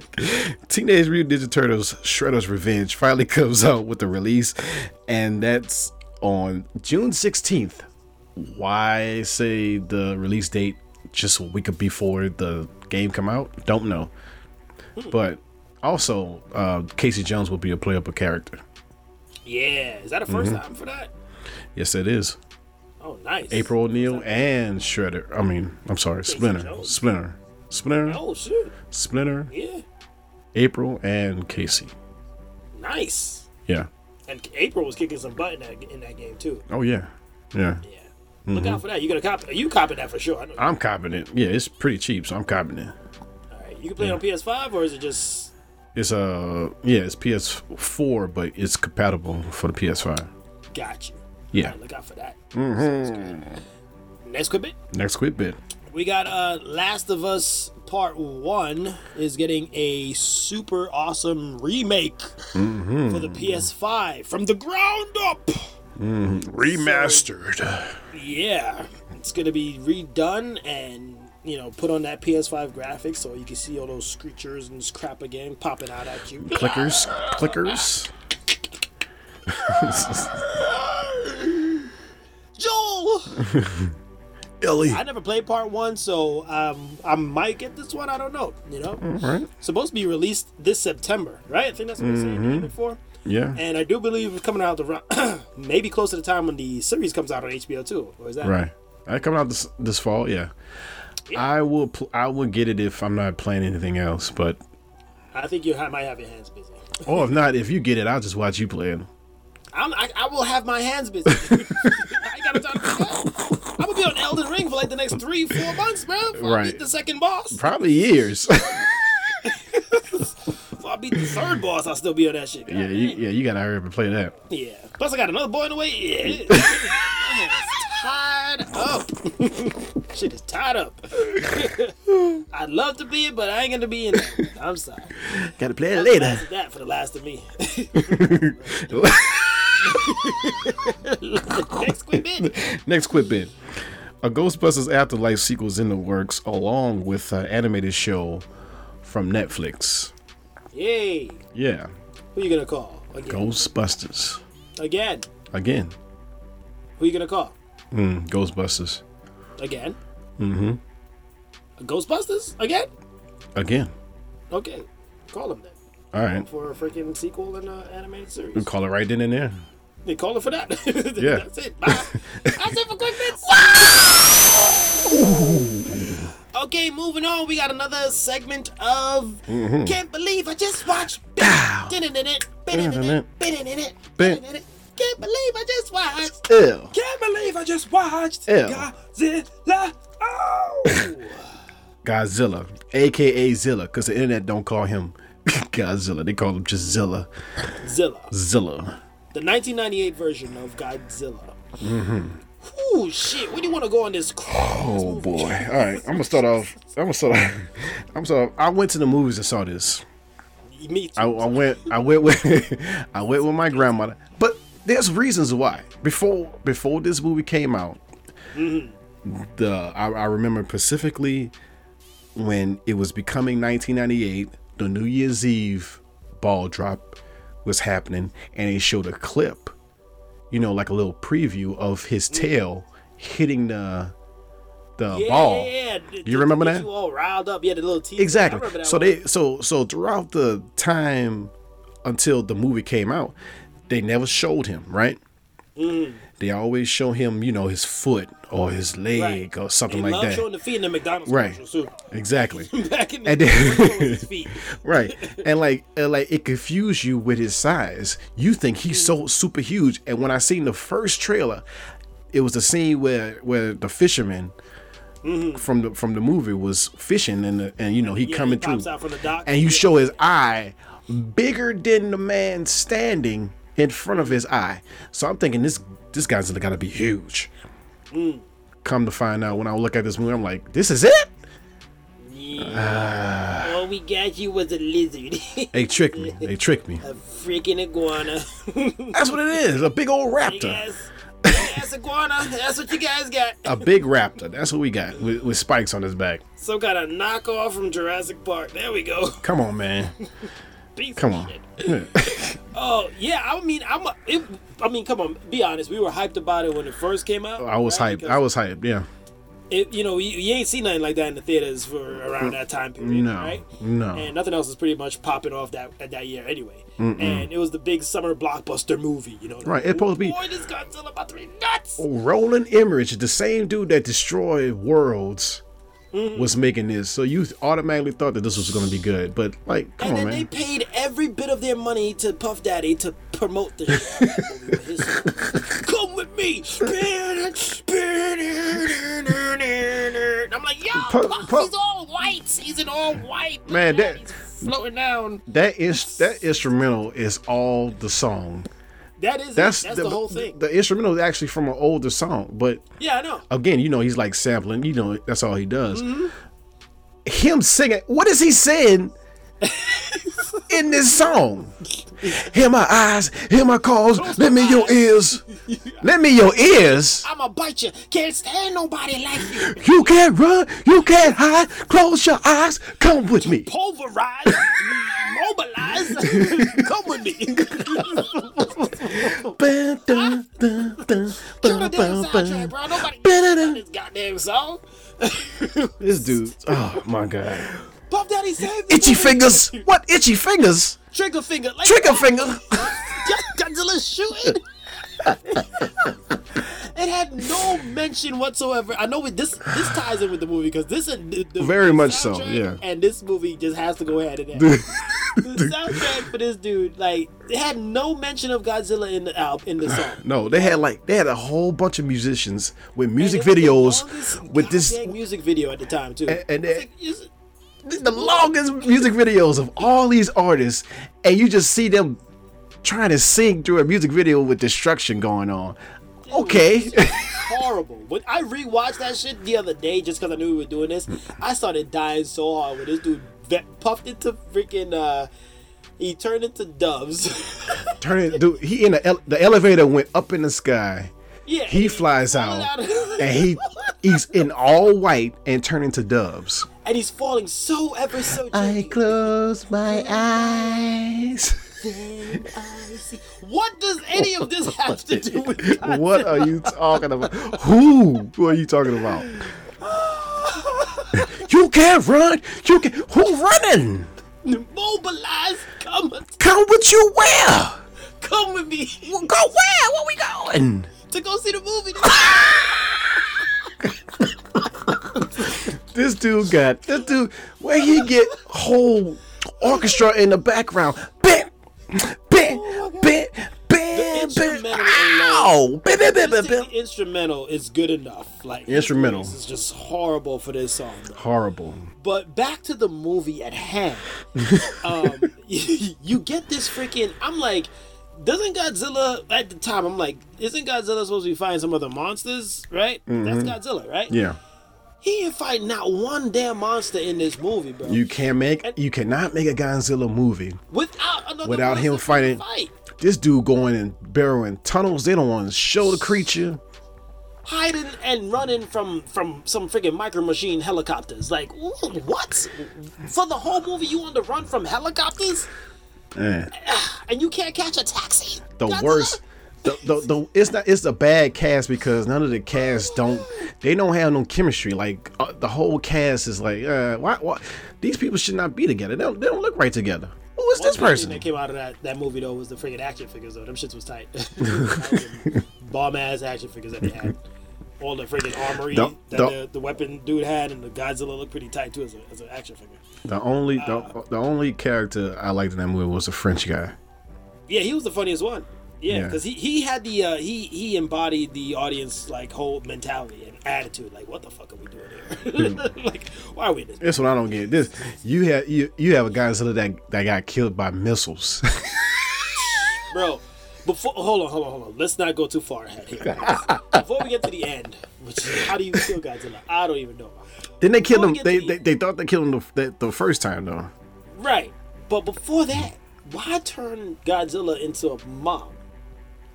A: Teenage Mutant Ninja Turtles Shredder's Revenge finally comes out with the release, and that's on June 16th. Why say the release date just a week before the game come out? Don't know. But also, uh, Casey Jones will be a playable character.
B: Yeah, is that a
A: Mm-hmm.
B: 1st time for that?
A: Yes, it is.
B: Oh, nice.
A: April O'Neil and Shredder. I mean, I'm sorry, Splinter.
B: Jones.
A: Splinter. Splinter.
B: Oh shit.
A: Splinter.
B: Yeah,
A: April and Casey.
B: nice.
A: Yeah.
B: And April was kicking some butt in that, in that game too.
A: Oh yeah. Yeah.
B: Yeah. Look
A: Mm-hmm.
B: out for that. You gonna cop? You copping that for sure? I know.
A: I'm copping it. Yeah, it's pretty cheap, so I'm copping it.
B: All right. You can play it on PS5 or is it just?
A: It's uh yeah, it's PS4, but it's compatible for the PS5.
B: Got you.
A: Yeah. Mm-hmm.
B: All right, look out for that. Next quick bit.
A: Next quick bit.
B: We got uh Last of Us Part 1 is getting a super awesome remake for the PS5 from the ground up.
A: Remastered.
B: Yeah. It's going to be redone and you know, put on that PS5 graphics so you can see all those screechers and this crap again popping out at you.
A: Clickers. Clickers.
B: Joel!
A: Ellie.
B: I never played part one, so um, I might get this one. I don't know. You know,
A: Right.
B: supposed to be released this September, right? I think that's what I said saying before.
A: Yeah.
B: And I do believe it's coming out the ru- maybe close to the time when the series comes out on HBO too. Or is that
A: Right. I coming out this this fall, yeah. I will pl- I will get it if I'm not playing anything else, but
B: I think you ha- might have your hands busy.
A: or if not, if you get it, I'll just watch you play it.
B: I'm, I, I will have my hands busy. I got time for that. I'm gonna be on Elden Ring for like the next three, four months, bro. Before I
A: Right.
B: beat the second boss.
A: Probably years.
B: Before I beat the third boss, I'll still be on that shit.
A: yeah, you, yeah, you gotta hurry up and play that.
B: Yeah. Plus, I got another boy in the way. Yeah. I am tied up. Shit is tied up. I'd love to be it, but I ain't gonna be in it. I'm sorry.
A: Gotta play it later.
B: That's that for the last of me. Next quick bit.
A: Next quick bit. A Ghostbusters Afterlife sequel is in the works, along with an animated show from Netflix.
B: Yay.
A: Yeah,
B: Who you gonna call? Again.
A: Ghostbusters.
B: Again.
A: Again,
B: Who you gonna call?
A: mm, Ghostbusters.
B: Again. Mm-hmm. Ghostbusters? Again?
A: Again.
B: Okay. Call them then.
A: All right,
B: For a freaking sequel and an animated series.
A: call it right then and there.
B: They call it for that.
A: Yeah.
B: That's it. Bye. That's it for quick bits. okay, moving on. We got another segment of
A: Mm-hmm.
B: Can't Believe I Just Watched. Been in it. Been in it. Been in it. Been in it. Can't believe I just watched.
A: Ew.
B: Can't believe I just watched.
A: Ew.
B: Godzilla. Oh.
A: Godzilla, aka Zilla, because the internet don't call him Godzilla. They call him just Zilla.
B: Zilla.
A: Zilla.
B: the 1998 version of Godzilla. Mm-hmm. Ooh, shit. Where do you want to go on this?
A: Oh boy. All right, I'm gonna start off. I'm gonna start off. I'm gonna start off. I went to the movies and saw this.
B: Me too.
A: I, I went I went with I went with my grandmother. But there's reasons why. Before before this movie came out, the I, I remember specifically when it was becoming 1998, the New Year's Eve ball drop was happening, and they showed a clip, you know, like a little preview of his tail hitting the the
B: yeah,
A: ball.
B: Yeah, yeah.
A: You remember
B: Get
A: that?
B: You all riled up. Yeah, the little teeth. I remember
A: Exactly.
B: that
A: So
B: one.
A: they so so throughout the time until the movie came out, they never showed him, right?
B: Mm.
A: They always show him, you know, his foot or his leg or something
B: they
A: like
B: love
A: that.
B: showing the feet in the McDonald's
A: Right.
B: commercials too.
A: exactly.
B: Back in the
A: And
B: day,
A: then-
B: they showed his feet.
A: right. And like and like it confused you with his size. You think he's
B: Mm.
A: so super huge. And when I seen the first trailer, it was the scene where where the fisherman from the from the movie was fishing and the, and you know he
B: Mm-hmm. Yeah,
A: coming
B: he pops
A: through
B: out from the dock.
A: and you
B: Yeah.
A: show his eye bigger than the man standing in front of his eye. So I'm thinking this this guy's gotta be huge. Come to find out, when I look at this movie, I'm like, this is it. Ah.
B: All we got you was a lizard, a
A: They tricked me. They tricked me.
B: freaking iguana.
A: That's what it is. A big old raptor.
B: yes, yes, iguana. That's what you guys got.
A: A big raptor. That's what we got with, with spikes on his back.
B: Some kind of knockoff from Jurassic Park. There we go.
A: Come on, man.
B: Piece of
A: Come on.
B: shit. Oh yeah, I mean, I'm. A, it, I mean, come on. Be honest. We were hyped about it when it first came out.
A: I was
B: right?
A: hyped. I was hyped. Yeah.
B: it, you know, you, you ain't seen nothing like that in the theaters for around that time period,
A: Mm, No.
B: right?
A: No.
B: And nothing else was pretty much popping off that at that year anyway. And it was the big summer blockbuster movie, you know.
A: Right, it's supposed to be- Oh,
B: Boy, this Godzilla about to be nuts.
A: Roland Emmerich, the same dude that destroyed worlds,
B: Mm-hmm.
A: was making this. So you automatically thought that this was going to be good. But, like, come
B: and
A: on,
B: then they
A: man.
B: paid every bit of their money to Puff Daddy to promote the shit. out of that movie with his- Come with me. I'm like, yo,
A: Puff-
B: Puff,
A: Puff-
B: he's all white. He's an all white. Look
A: Man,
B: at
A: that-
B: he's floating down.
A: That is that instrumental is all the song.
B: That is
A: That's,
B: it. That's the, whole thing.
A: The instrumental is actually from an older song, but
B: yeah, I know.
A: again, you know, he's like sampling. You know, that's all he does.
B: Mm-hmm.
A: Him singing. What is he saying in this song? Hear my eyes, hear my calls. Let me your ears. Let me your ears.
B: I'ma bite you. Can't stand nobody like you.
A: You can't run. You can't hide. Close your eyes. Come with me.
B: Pulverize, mobilize. Come with me.
A: Dun, dun, dun, dun,
B: Kill the
A: dun,
B: damn
A: dun,
B: soundtrack,
A: dun.
B: bro. Nobody cares about this goddamn song.
A: This dude. Oh my god.
B: Puff Daddy saved the
A: Itchy
B: movie.
A: fingers. What itchy fingers?
B: Trigger finger. Like,
A: Trigger finger.
B: Godzilla shooting. it had no mention whatsoever. I know with this this ties in with the movie because this is the, the-
A: Very
B: the
A: much so,
B: soundtrack
A: yeah.
B: And this movie just has to go ahead and end. the soundtrack for this dude, like, it had no mention of Godzilla in the al- in the song.
A: No, they had like they had a whole bunch of musicians with music
B: And it
A: videos
B: was the longest
A: with this Eh,
B: goddamn music video at the time too.
A: and
B: It's
A: it-
B: like, it's-
A: the longest music videos of all these artists and you just see them trying to sing through a music video with destruction going on. Okay.
B: horrible. When I rewatched that shit the other day, just because I knew we were doing this, I started dying so hard when this dude ve- puffed into freaking. uh He turned into doves.
A: Turn it dude, he in the, ele- the elevator went up in the sky.
B: yeah,
A: He flies
B: falling
A: out
B: out of-
A: and he he's in all white and turned into doves.
B: and he's falling so ever so
C: I
B: gently.
C: close my eyes.
B: What does any of this have to do with? God?
A: What are you talking about? Who? Who are you talking about? you can't run. You can. Who running?
B: Mobilize, come,
A: Come with you where?
B: come with me
A: Go where? Where we going?
B: to go see the movie.
A: This dude got this dude. Where he get whole orchestra in the background? Bam, bam, bam, bam, bam.
B: instrumental
A: Ow! Bam, bam, bam, bam,
B: Just
A: bam.
B: the instrumental is good enough. Like
A: Instrumental.
B: this is just horrible for this song. Though.
A: Horrible.
B: But back to the movie at hand. um, you get this freaking. I'm like, doesn't Godzilla at the time? I'm like, isn't Godzilla supposed to be fighting some other monsters? Right? That's Godzilla, right?
A: Mm-hmm. Yeah.
B: He ain't fighting not one damn monster in this movie, bro.
A: You can make. You cannot make a Godzilla movie
B: without another
A: without him
B: monster
A: fighting-
B: to Fight.
A: this dude going and burrowing tunnels. They don't want to show the creature.
B: hiding and running from from some freaking micro machine helicopters. Like wh- what? For the whole movie, you on the run from helicopters
A: Eh,
B: and you can't catch a taxi.
A: the
B: Godzilla?
A: worst. The, the, the, it's not it's a bad cast because none of the cast don't they don't have no chemistry like uh, the whole cast is like uh why, why these people should not be together they don't, they don't look right together who is this
B: One good thing
A: person
B: that came out of that, that movie though was the freaking action figures though. Them shits was tight. That was Bomb ass action figures that they had. All the freaking armory
A: The-
B: that
A: the-
B: the, the, weapon dude had and the Godzilla looked pretty tight too as, a, as an action figure.
A: the only the, the only character I liked in that movie was the French guy
B: Yeah, he was the funniest one. Yeah,
A: Yeah.
B: because he, he had the uh, he he embodied the audience like whole mentality and attitude. Like, what the fuck are we doing
A: Hmm.
B: here? like, why are we in this?
A: that's what I don't get this you have you you have a Godzilla that that got killed by missiles
B: bro? Before, hold on, hold on, hold on. Let's not go too far ahead here. Before we get to the end, which is, how do you kill Godzilla? I don't even know.
A: Then they killed
B: Before
A: him.
B: we get
A: They,
B: to
A: they
B: the-
A: they thought they killed him the, the, the first time though.
B: Right, but before that, why turn Godzilla into a mom?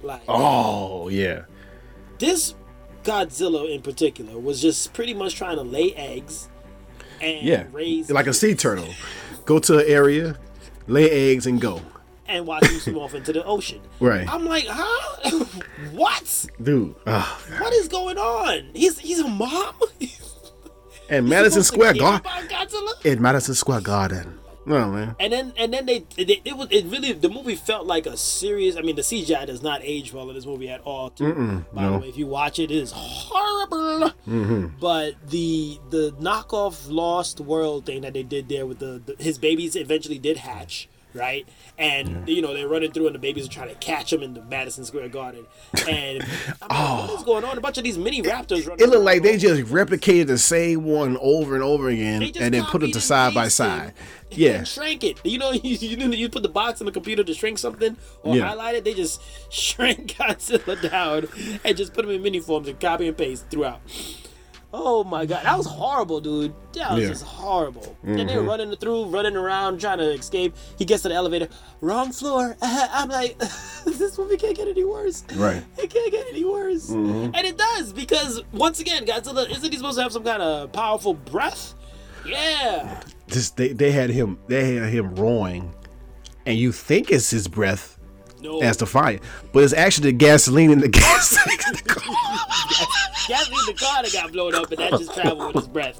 B: Like
A: Oh yeah,
B: this Godzilla in particular was just pretty much trying to lay eggs and
A: yeah.
B: raise
A: Like a sea turtle, go to an area, lay eggs and go.
B: and watch you swim off into the ocean.
A: Right.
B: I'm like, huh? what?
A: Dude, ah.
B: What is going on? He's he's a mom.
A: and Madison Square
B: Gar-
A: Garden.
B: Godzilla.
A: At Madison Square Garden. No man.
B: And then and then they, they it was it really the movie felt like a serious. I mean the CGI does not age well in this movie at all. Too. By the way, if you watch it, it is horrible.
A: Mm-hmm.
B: But the the knockoff Lost World thing that they did there with the, the his babies eventually did hatch. Right, and you know they're running through, and the babies are trying to catch them in the Madison Square Garden, and I'm like, what is going on? A bunch of these mini raptors. running
A: Oh. It looked
B: around.
A: like they just replicated the same one over and over again,
B: They just
A: and then put them
B: copied
A: to
B: and
A: side by
B: pasted.
A: side. Yeah,
B: and shrank it. You know, you, you know, you put the box in the computer to shrink something or
A: Yeah.
B: highlight it. They just shrink Godzilla down and just put him in mini forms and copy and paste throughout. Oh my god, that was horrible, dude. That was
A: Yeah. Mm-hmm.
B: just horrible. And they're running through, running around, trying to escape. He gets to the elevator, wrong floor. I'm like, this movie can't get any worse.
A: Right. Mm-hmm.
B: It can't get any worse. And it does because once again, Godzilla isn't he supposed to have some kind of powerful breath? Yeah.
A: just they, they had him they had him roaring, and you think it's his breath
B: No.
A: as the fire, but it's actually the gasoline in the gas tank. in the car.
B: That's in the car that got blown up, and that just traveled with his breath.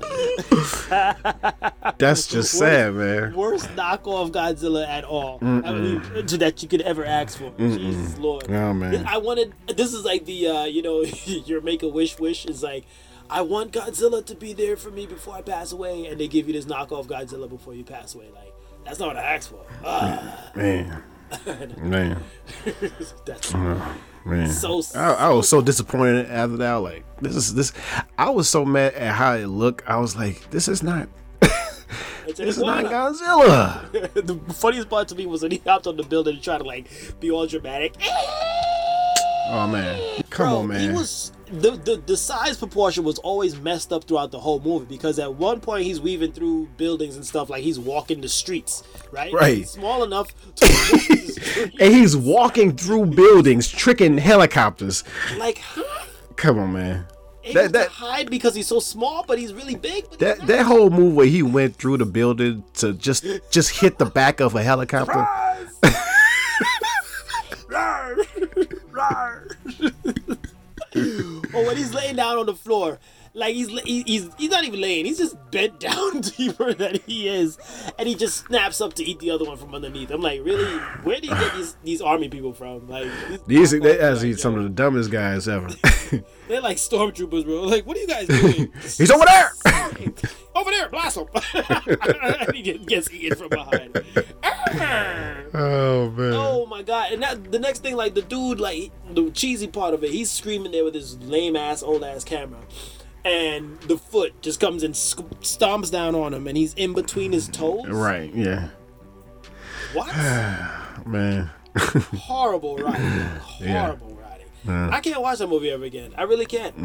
A: That's just sad, man.
B: Worst knockoff Godzilla at all I mean, to- that you could ever ask for. Jesus Lord.
A: Oh, man.
B: I wanted. This is like the uh, you know your make a wish wish is like. I want Godzilla to be there for me before I pass away, and they give you this knockoff Godzilla before you pass away. Like that's not what I asked for.
A: Mm.
B: Ah,
A: Man, man,
B: that's
A: Mm. man.
B: so.
A: I, I was so disappointed after that. Like this is this. I was so mad at how it looked. I was like, this is not.
B: it's
A: This is not Godzilla.
B: the funniest part to me was when he hopped on the building and tried to like be all dramatic.
A: Oh man, come
B: Bro,
A: on, man.
B: He was the, the the size proportion was always messed up throughout the whole movie because at one point he's weaving through buildings and stuff like he's walking the streets, right?
A: Right.
B: Small enough to walk the street.
A: and he's walking through buildings, tricking helicopters.
B: like huh?
A: Come on, man.
B: Able
A: That that
B: to hide because he's so small, but he's really big. But he's
A: that that whole move where he went through the building to just just hit the back of a helicopter.
B: Or when he's laying down on the floor, like he's he, he's he's not even laying. He's just bent down deeper than he is, and he just snaps up to eat the other one from underneath. I'm like, really? Where do you get these these army people from? Like
A: These
B: these
A: they, as
B: like,
A: he's some of the dumbest guys ever.
B: they're like stormtroopers, bro. Like, what are you guys doing?
A: he's over there.
B: Over there, blast him! and he get- gets eaten from behind. Ah!
A: Oh man.
B: Oh my god! And that, the next thing, like the dude, like the cheesy part of it, he's screaming there with his lame ass old ass camera, and the foot just comes and sc- stomps down on him, and he's in between his toes.
A: Right. Yeah.
B: What?
A: Man.
B: Horrible writing. Horrible writing. I can't watch that movie ever again. I really can't.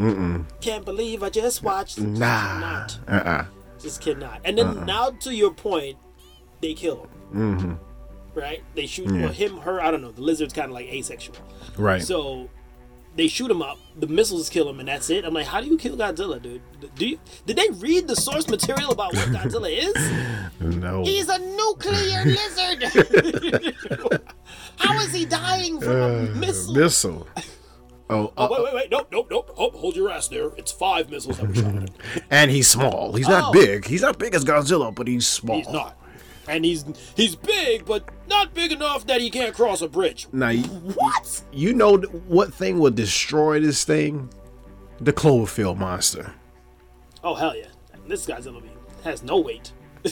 B: Can't believe I just watched. it.
A: Nah.
B: Not.
A: Uh. uh
B: Just cannot. And then now to your point, they kill him. Right? They shoot well, him, her. I don't know. The lizard's kind of like asexual.
A: Right.
B: So they shoot him up. The missiles kill him, and that's it. I'm like, how do you kill Godzilla, dude? Do you, did they read the source material about what Godzilla is?
A: no.
D: He's a nuclear lizard. How is he dying from a
B: Missile.
A: Missile. Oh,
B: Oh,
A: uh,
B: wait, wait, wait. Nope, nope, nope. Oh, hold your ass there. It's five missiles that were shot at him.
A: and he's small. He's not
B: Oh.
A: big. He's not big as Godzilla, but he's small.
B: He's not. And he's he's big, but not big enough that he can't cross a bridge.
A: Now, y- You know th- what thing will destroy this thing? The Cloverfield monster.
B: Oh hell yeah! This Godzilla being has no weight.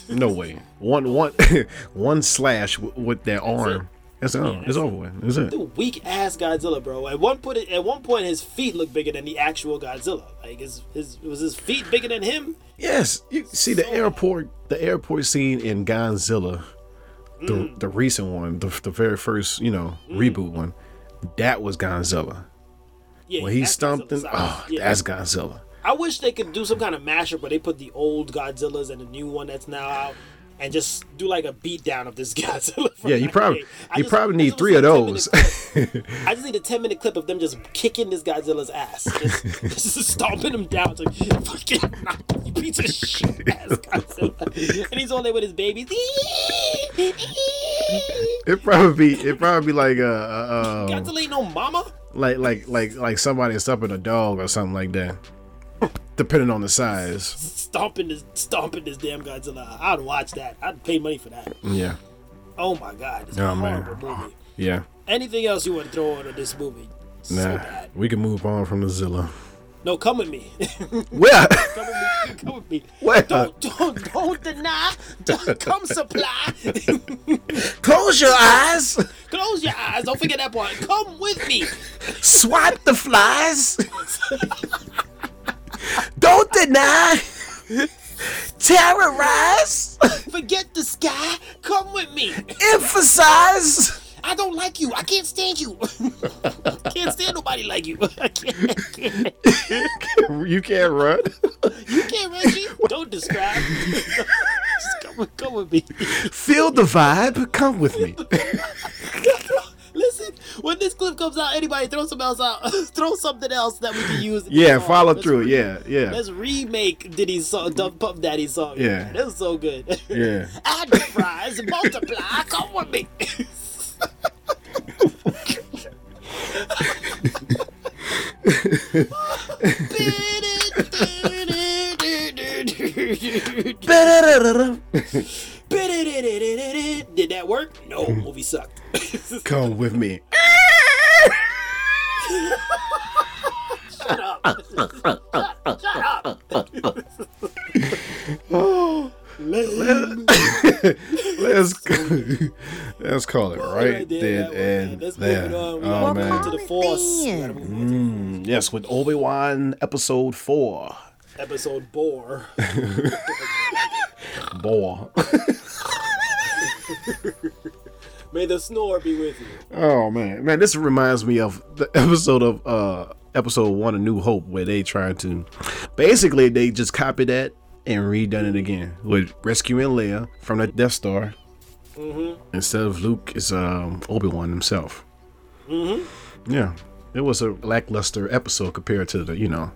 A: No way. One one one slash w- with their arm. That's it. it's over with. That's it.
B: The weak ass Godzilla, bro. At one point, at one point, his feet looked bigger than the actual Godzilla. Like his his was his feet bigger than him.
A: Yes. You see the airport. The airport scene in
B: Mm.
A: Godzilla, the the recent one, the, the very first you know reboot one. That was Gonzilla.
B: Yeah,
A: When he
B: that's
A: stomped
B: Godzilla's
A: him,
B: size.
A: oh,
B: Yeah.
A: that's Godzilla.
B: I wish they could do some kind of mashup where they put the old Godzillas and the new one that's now out, and just do like a beatdown of this Godzilla. from
A: Yeah, you
B: back
A: probably
B: in the day. I
A: you
B: just-
A: probably
B: I
A: need
B: just
A: three
B: want
A: of
B: a 10-minute
A: those.
B: clip. I just need a ten minute clip of them just kicking this Godzilla's ass, just, just stomping him down, It's like fucking knock you piece of shit ass Godzilla, and he's all there with his babies.
A: it probably be it probably be like uh, uh um,
B: Godzilla ain't no mama.
A: like like like like somebody stomping a dog or something like that. Depending on the size.
B: Stomping this, stomping this damn Godzilla. I'd watch that. I'd pay money for that.
A: Yeah.
B: Oh my god, it's
A: Oh,
B: a
A: man.
B: horrible movie.
A: Yeah.
B: Anything else you want to throw into this movie? So
A: Nah.
B: bad.
A: We can move on from the Zilla.
B: No, come with me. come
A: Well
B: with me. Come with me.
A: Wait,
B: Don't, don't, don't deny. Don't come supply.
A: close your eyes.
B: Close your eyes. Don't forget that part. Come with me.
A: Swat the flies. Don't deny. Terrorize.
B: Forget the sky. Come with me.
A: Emphasize.
B: I don't like you. I can't stand you. can't stand nobody like you. I can't. can't.
A: You can't run.
B: You can't, Reggie. Don't describe. Just come, with- come with me.
C: Feel the vibe. Come with me.
B: Listen, when this clip comes out, anybody throw something else out. throw something else that we can use. in the
A: Yeah,
B: song.
A: follow
B: Let's
A: through.
B: re-
A: Yeah, yeah.
B: Let's remake Diddy's song, Dump Pump Daddy's song.
A: Yeah.
B: Man, that was so good.
A: Yeah.
B: Add the fries, multiply, come with me. Did that work? No, movie sucked.
A: Come with me.
B: Shut up. Shut, shut up.
A: Let's let's call it right then and
B: Let's move
A: there.
B: it on. We
A: Oh
B: gotta move
A: man.
B: into the force. We gotta move into
A: Yes, with Obi Wan episode four.
B: Episode bore.
A: Boy.
B: May the snore be with you.
A: Oh man, man, this reminds me of the episode of uh episode one of New Hope where they tried to basically they just copied that and redone it again with rescuing Leia from the Death Star. Instead of Luke, it's um, Obi Wan himself. Mm-hmm. Yeah, it was a lackluster episode compared to the you know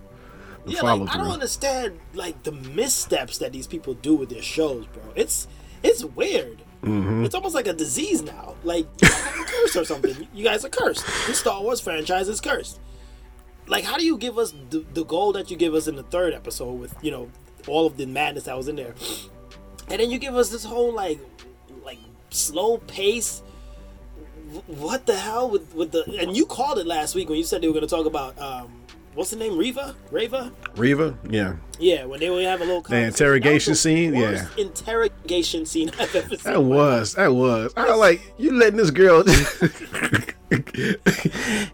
A: the
B: Yeah,
A: follow
B: like, I
A: through.
B: don't understand like the missteps that these people do with their shows, bro. It's it's weird.
A: Mm-hmm.
B: It's almost like a disease now. Like you guys have a curse or something. You guys are cursed. This Star Wars franchise is cursed. Like, how do you give us the, the goal that you give us in the third episode with you know all of the madness that was in there, and then you give us this whole like like slow pace what the hell with with the and you called it last week when you said they were going to talk about um what's the name Reva Reva
A: Reva, yeah,
B: yeah when they would have a little conversation.
A: interrogation
B: That was the
A: scene?
B: worst interrogation scene I've ever seen
A: that was that was. I was like you letting this girl.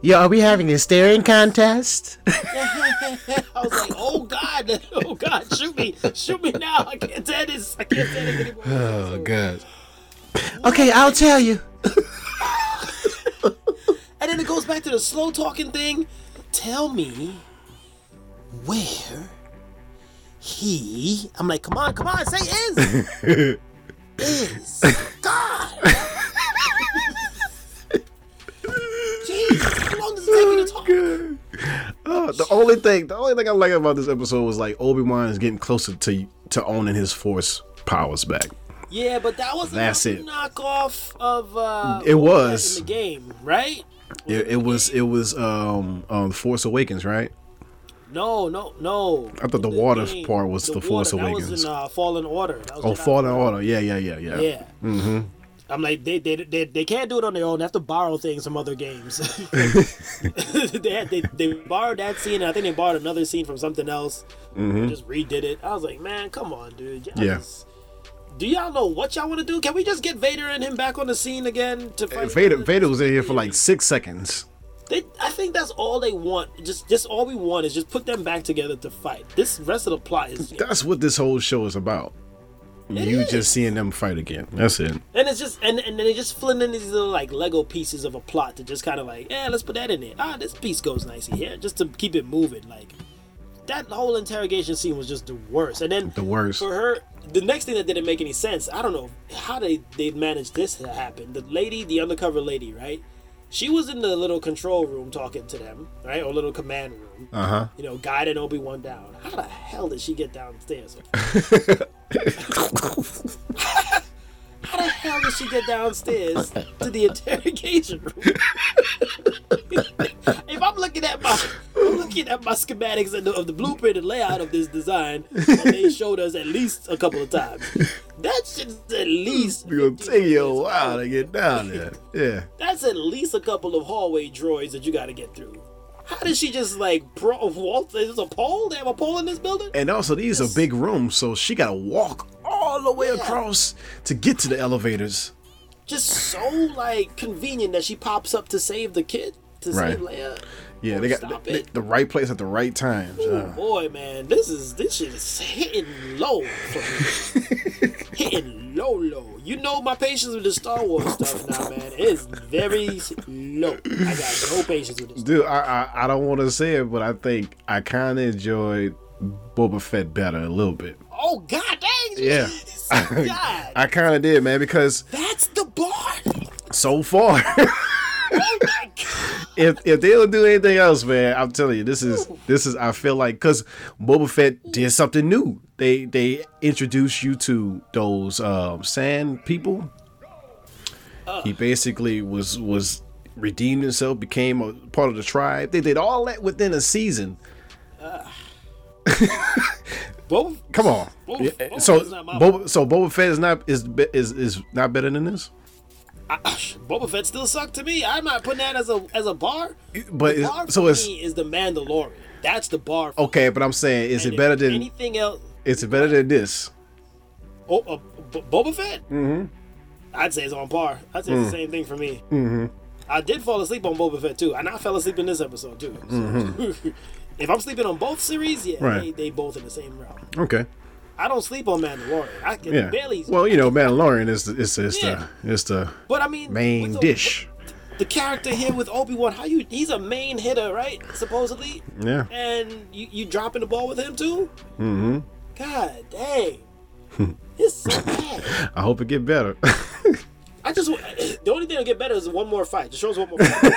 C: Yo, are we having a staring contest?
B: I was like oh god oh god shoot me shoot me now I can't stand this I can't stand this anymore
A: oh god.
C: Okay, I'll tell you.
B: and then it goes back to the slow talking thing tell me where he I'm like come on come on say is is God Jeez, how long does it take you to talk?
A: Oh, the only thing, the only thing I like about this episode was like Obi Wan is getting closer to to owning his Force powers back.
B: Yeah, but that was
A: That's
B: a
A: it.
B: knockoff of uh
A: It
B: what
A: was.
B: in the game, right?
A: It, it was it was um um Force Awakens, right?
B: No, no, no.
A: I thought the
B: In
A: Uh, water
B: game,
A: part was the Force
B: water, That was
A: Awakens.
B: in uh, Fallen Order. That was
A: Oh,
B: in, uh,
A: Fallen Order, yeah, yeah, yeah, yeah.
B: Yeah. Mm-hmm. I'm like they, they they they can't do it on their own. They have to borrow things from other games. they, had, they they borrowed that scene, and I think they borrowed another scene from something else. and Just redid it. I was like, man, come on, dude. Y'all
A: Mm-hmm. Yeah.
B: just- do y'all know what y'all want to do? Can we just get Vader and him back on the scene again to fight?
A: Vader Vader was in here for like six seconds.
B: They, I think that's all they want. Just just all we want is just put them back together to fight. This rest of the plot is
A: That's what this whole show is about. you just seeing them fight again. That's it.
B: And it's just and and then they just flint in these little like Lego pieces of a plot to just kind of like, yeah, let's put that in there. Ah, this piece goes nicely here, just to keep it moving. Like that whole interrogation scene was just the worst. And then
A: The worst.
B: for her, the next thing that didn't make any sense. I don't know how they they managed this to happen. The lady, the undercover lady, right? She was in the little control room talking to them, right, or little command room.
A: Uh huh.
B: You know, guiding Obi Wan down. How the hell did she get downstairs? How the hell did she get downstairs to the interrogation room? if I'm looking at my I'm looking at my schematics and the, of the blueprint and layout of this design that they showed us at least a couple of times, that shit's at least
A: We gonna take you a while to get down there. Yeah.
B: that's at least a couple of hallway droids that you got to get through. How did she just like bro? Waltz? Is this a pole? They have a pole in this building?
A: And also, these are big rooms, so she gotta walk all the way across to get to the elevators.
B: Just so like convenient that she pops up to save the kid to
A: Right.
B: save Leia.
A: Yeah, they got
B: Stop
A: the,
B: it.
A: the right place at the right time.
B: Oh boy, man, this is this shit is hitting low for me. hitting low, low. You know my patience with the Star Wars stuff now, man. It is very low. I got no patience with this.
A: Dude, I I, I don't want to say it, but I think I kind of enjoyed Boba Fett better a little bit.
B: Oh god, dang!
A: Yeah.
B: God,
A: I kind of did, man, because
B: that's the bar.
A: so far,
B: Oh my god.
A: if if they don't do anything else, man, I'm telling you, this is this is I feel like because Boba Fett did something new. They they introduced you to those um, sand people. He basically was was redeemed himself, became a part of the tribe. They did all that within a season.
B: Both.
A: Come on.
B: Boba-
A: Yeah,
B: Boba
A: so
B: Fett's not my-
A: Boba, so Boba Fett is not is be- is is not better than this.
B: I, Boba Fett still sucked to me. I'm not putting that as a as a bar.
A: But
B: the
A: it's-
B: bar
A: so
B: for
A: it's
B: me is the Mandalorian. That's the bar. For
A: okay. But I'm saying, is
B: me.
A: it better than
B: anything else?
A: is it better than this?
B: Oh, uh, B- Boba Fett? Mm-hmm. I'd say it's on par. I'd say
A: Mm.
B: it's the same thing for me. Mm-hmm. I did fall asleep on Boba Fett too, and I fell asleep in this episode too. So- if I'm sleeping on both series, yeah,
A: Mm-hmm. Right.
B: they, they both in the same route.
A: Okay.
B: I don't sleep on Mandalorian. I can
A: Yeah.
B: barely.
A: Well, you know, Mandalorian is the is, is
B: Yeah.
A: the is the
B: but I mean,
A: main
B: what's the-
A: dish.
B: The character here with Obi Wan, how you? He's a main hitter, right? Supposedly.
A: Yeah.
B: And you you dropping the ball with him too? Mm-hmm. God dang. it's so bad.
A: I hope it get better.
B: I just want- the only thing that'll get better is one more fight. Just show us one more. fight.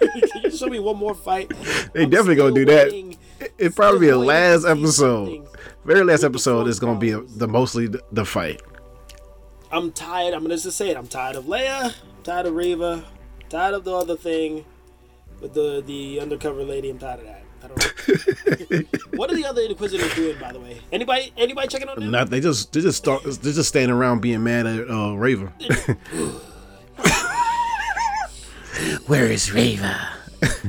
B: Can you show me one more fight?
A: they definitely gonna do
B: still
A: that.
B: waiting-
A: It, it probably be the
B: still waiting
A: last
B: to see
A: episode.
B: something
A: Very last
B: with the
A: episode
B: phone
A: is gonna be
B: calls.
A: the mostly the, the fight.
B: I'm tired. I'm gonna just say it. I'm tired of Leia. I'm tired of Reva. I'm tired of the other thing with the the undercover lady. I'm tired of that. I don't. what are the other inquisitors doing, by the way? Anybody anybody checking on them?
A: Not they just they just start they just standing around being mad at uh, Raven.
C: Where is Reva?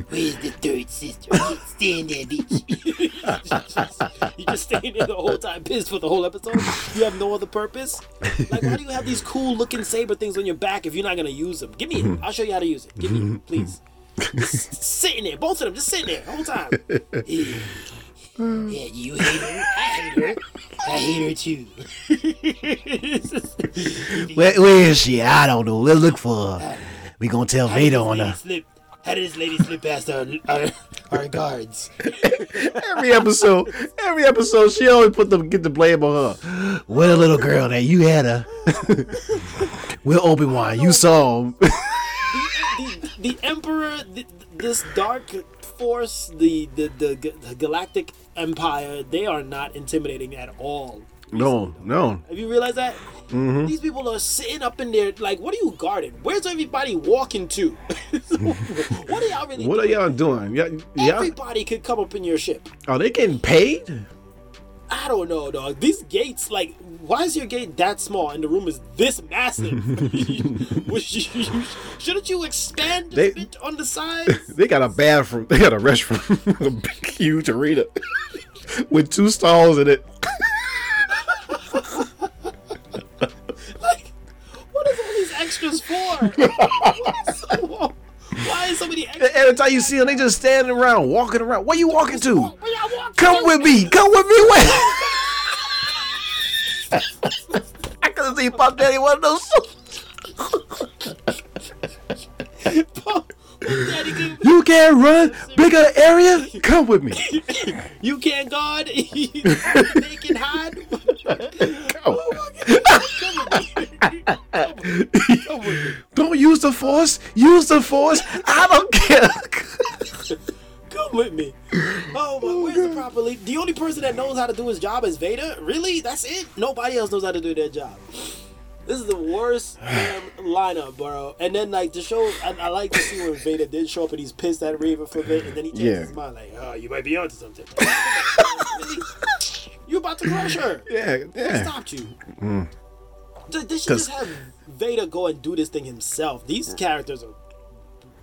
D: Where's the third sister? I can't stand that bitch.
B: you just staying there the whole time, pissed for the whole episode. You have no other purpose. Like, why do you have these cool looking saber things on your back if you're not gonna use them? Give me it. I'll show you how to use it. Give me it, please. S- sitting there, both of them, just sitting there the whole time.
D: Yeah, you hate her. I hate her. I hate her too.
B: It's just-
C: Where, where is she? I don't know. Let's look for her. We gonna tell Vader on
B: lady
A: uh,
C: her.
B: slip. How did this lady slip past our our, our guards?
A: every episode, every episode, she always put the get the blame on her.
C: What a little girl that you had her. We're Obi Wan. You saw him.
B: The, the emperor, th this dark force, the the, the g- the galactic empire, they are not intimidating at all.
A: No, no.
B: Have you realized that?
A: Mm-hmm.
B: These people are sitting up in there. Like, what are you guarding? Where's everybody walking to? what are y'all really?
A: What are y'all doing? Y'all, y'all
B: Everybody could come up in your ship.
A: are Oh, they getting paid?
B: I don't know, dog. These gates, like, why is your gate that small and the room is this massive? Which you- you- shouldn't you expand
A: They-
B: a bit on the sides?
A: They got a bathroom. They got a restroom. a big, huge arena with two stalls in it.
B: like, what is all these extras for? What is so- why is so many extras?
A: Every time you see them, they just standing around, walking around. Where you walking to?
B: Where y'all walking
A: Come
B: to?
A: with me. Come with me. Wait.
C: I couldn't see Pop Daddy one of those.
B: Daddy, give-
A: You can't run bigger area. Come with me.
B: you can't guard. they can hide.
A: Don't use the force. Use the force. I don't care.
B: Come with me. Oh, but where's the proper lead? The only person that knows how to do his job is Vader. Really? That's it? Nobody else knows how to do their job. This is the worst damn lineup, bro. And then, like, the show, I, I like to see when Vader did show up and he's pissed at Raven for a bit, and then he changes
A: Yeah.
B: his mind, like, oh, you might be onto something. really? You about to crush her.
A: yeah,
B: What
A: yeah.
B: stopped you? Th- They should just have Vader go and do this thing himself. These characters are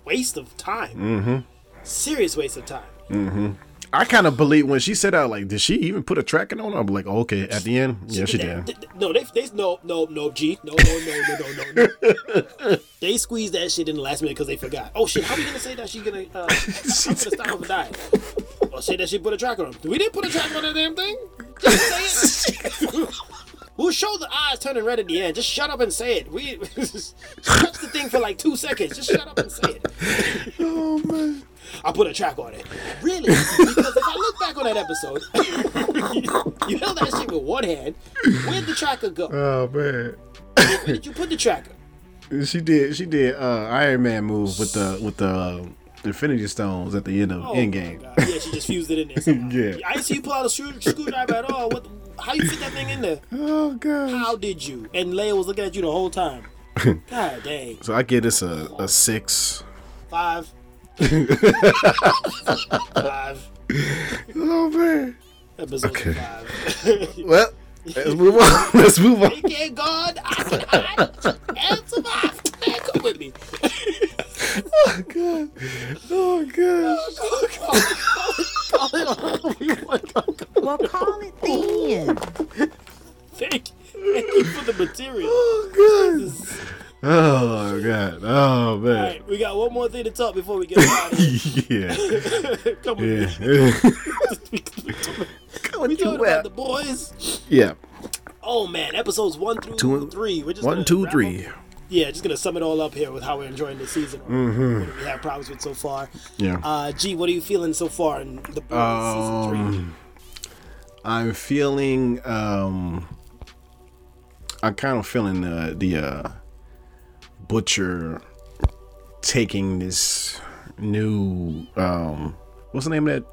B: waste of time. Serious waste of time.
A: I kind of believe when she said out like, did she even put a tracking on? her?" I'm like, oh, okay. At the end, yeah, she
B: They-
A: did.
B: th- th- no, they, they, no, no, no, G, no, no, no, no, no, no. they squeezed that shit in the last minute because they forgot. Oh shit, how we gonna say that she gonna, uh, she gonna stop him from dying? Or say that she put a tracker on him. We didn't put a tracker on that damn thing. Just say it. We'll show the eyes turning red at the end. Just shut up and say it. We touch the thing for like two seconds. Just shut up and say it.
A: Oh man.
B: I put a track on it. Really? Because if I look back on that episode, you held that shit with one hand. Where'd the tracker go?
A: Oh man.
B: Where did you put the tracker?
A: She did. She did. Uh, Iron Man move with the with the uh, Infinity Stones at the end of
B: Oh,
A: Endgame.
B: my God. Yeah, she just fused it in there. somehow.
A: Yeah.
B: I didn't see you pull out a screw, screwdriver at all. What? How you fit that thing in there?
A: Oh god.
B: How did you? And Leia was looking at you the whole time. God dang.
A: So I give this a, a six.
B: Five. five.
A: Oh man.
B: Episode
A: Okay.
B: five.
A: Well, let's move on. Let's move on.
B: Thank God I survived and survived. Man, come with me.
A: Oh god. Oh god.
E: Well, call it then.
B: Thank thank you for the material.
A: Oh god. Oh god. Oh
B: All
A: man.
B: right, we got one more thing to talk before we get out of here.
A: Yeah.
B: Come with me.
A: Yeah.
B: We talking
C: Going
B: about the boys.
A: yeah.
B: Oh man, episodes one through
A: Two-
B: three. We're just
A: One,
B: gonna
A: two,
B: wrap
A: three.
B: up- Yeah, just gonna sum it all up here with how we're enjoying the season. Or What we have problems with so far.
A: Mm-hmm. Yeah.
B: Uh, G, what are you feeling so far in the boys season three?
A: Um, I'm feeling um I'm kind of feeling uh, the uh butcher taking this new um what's the name of that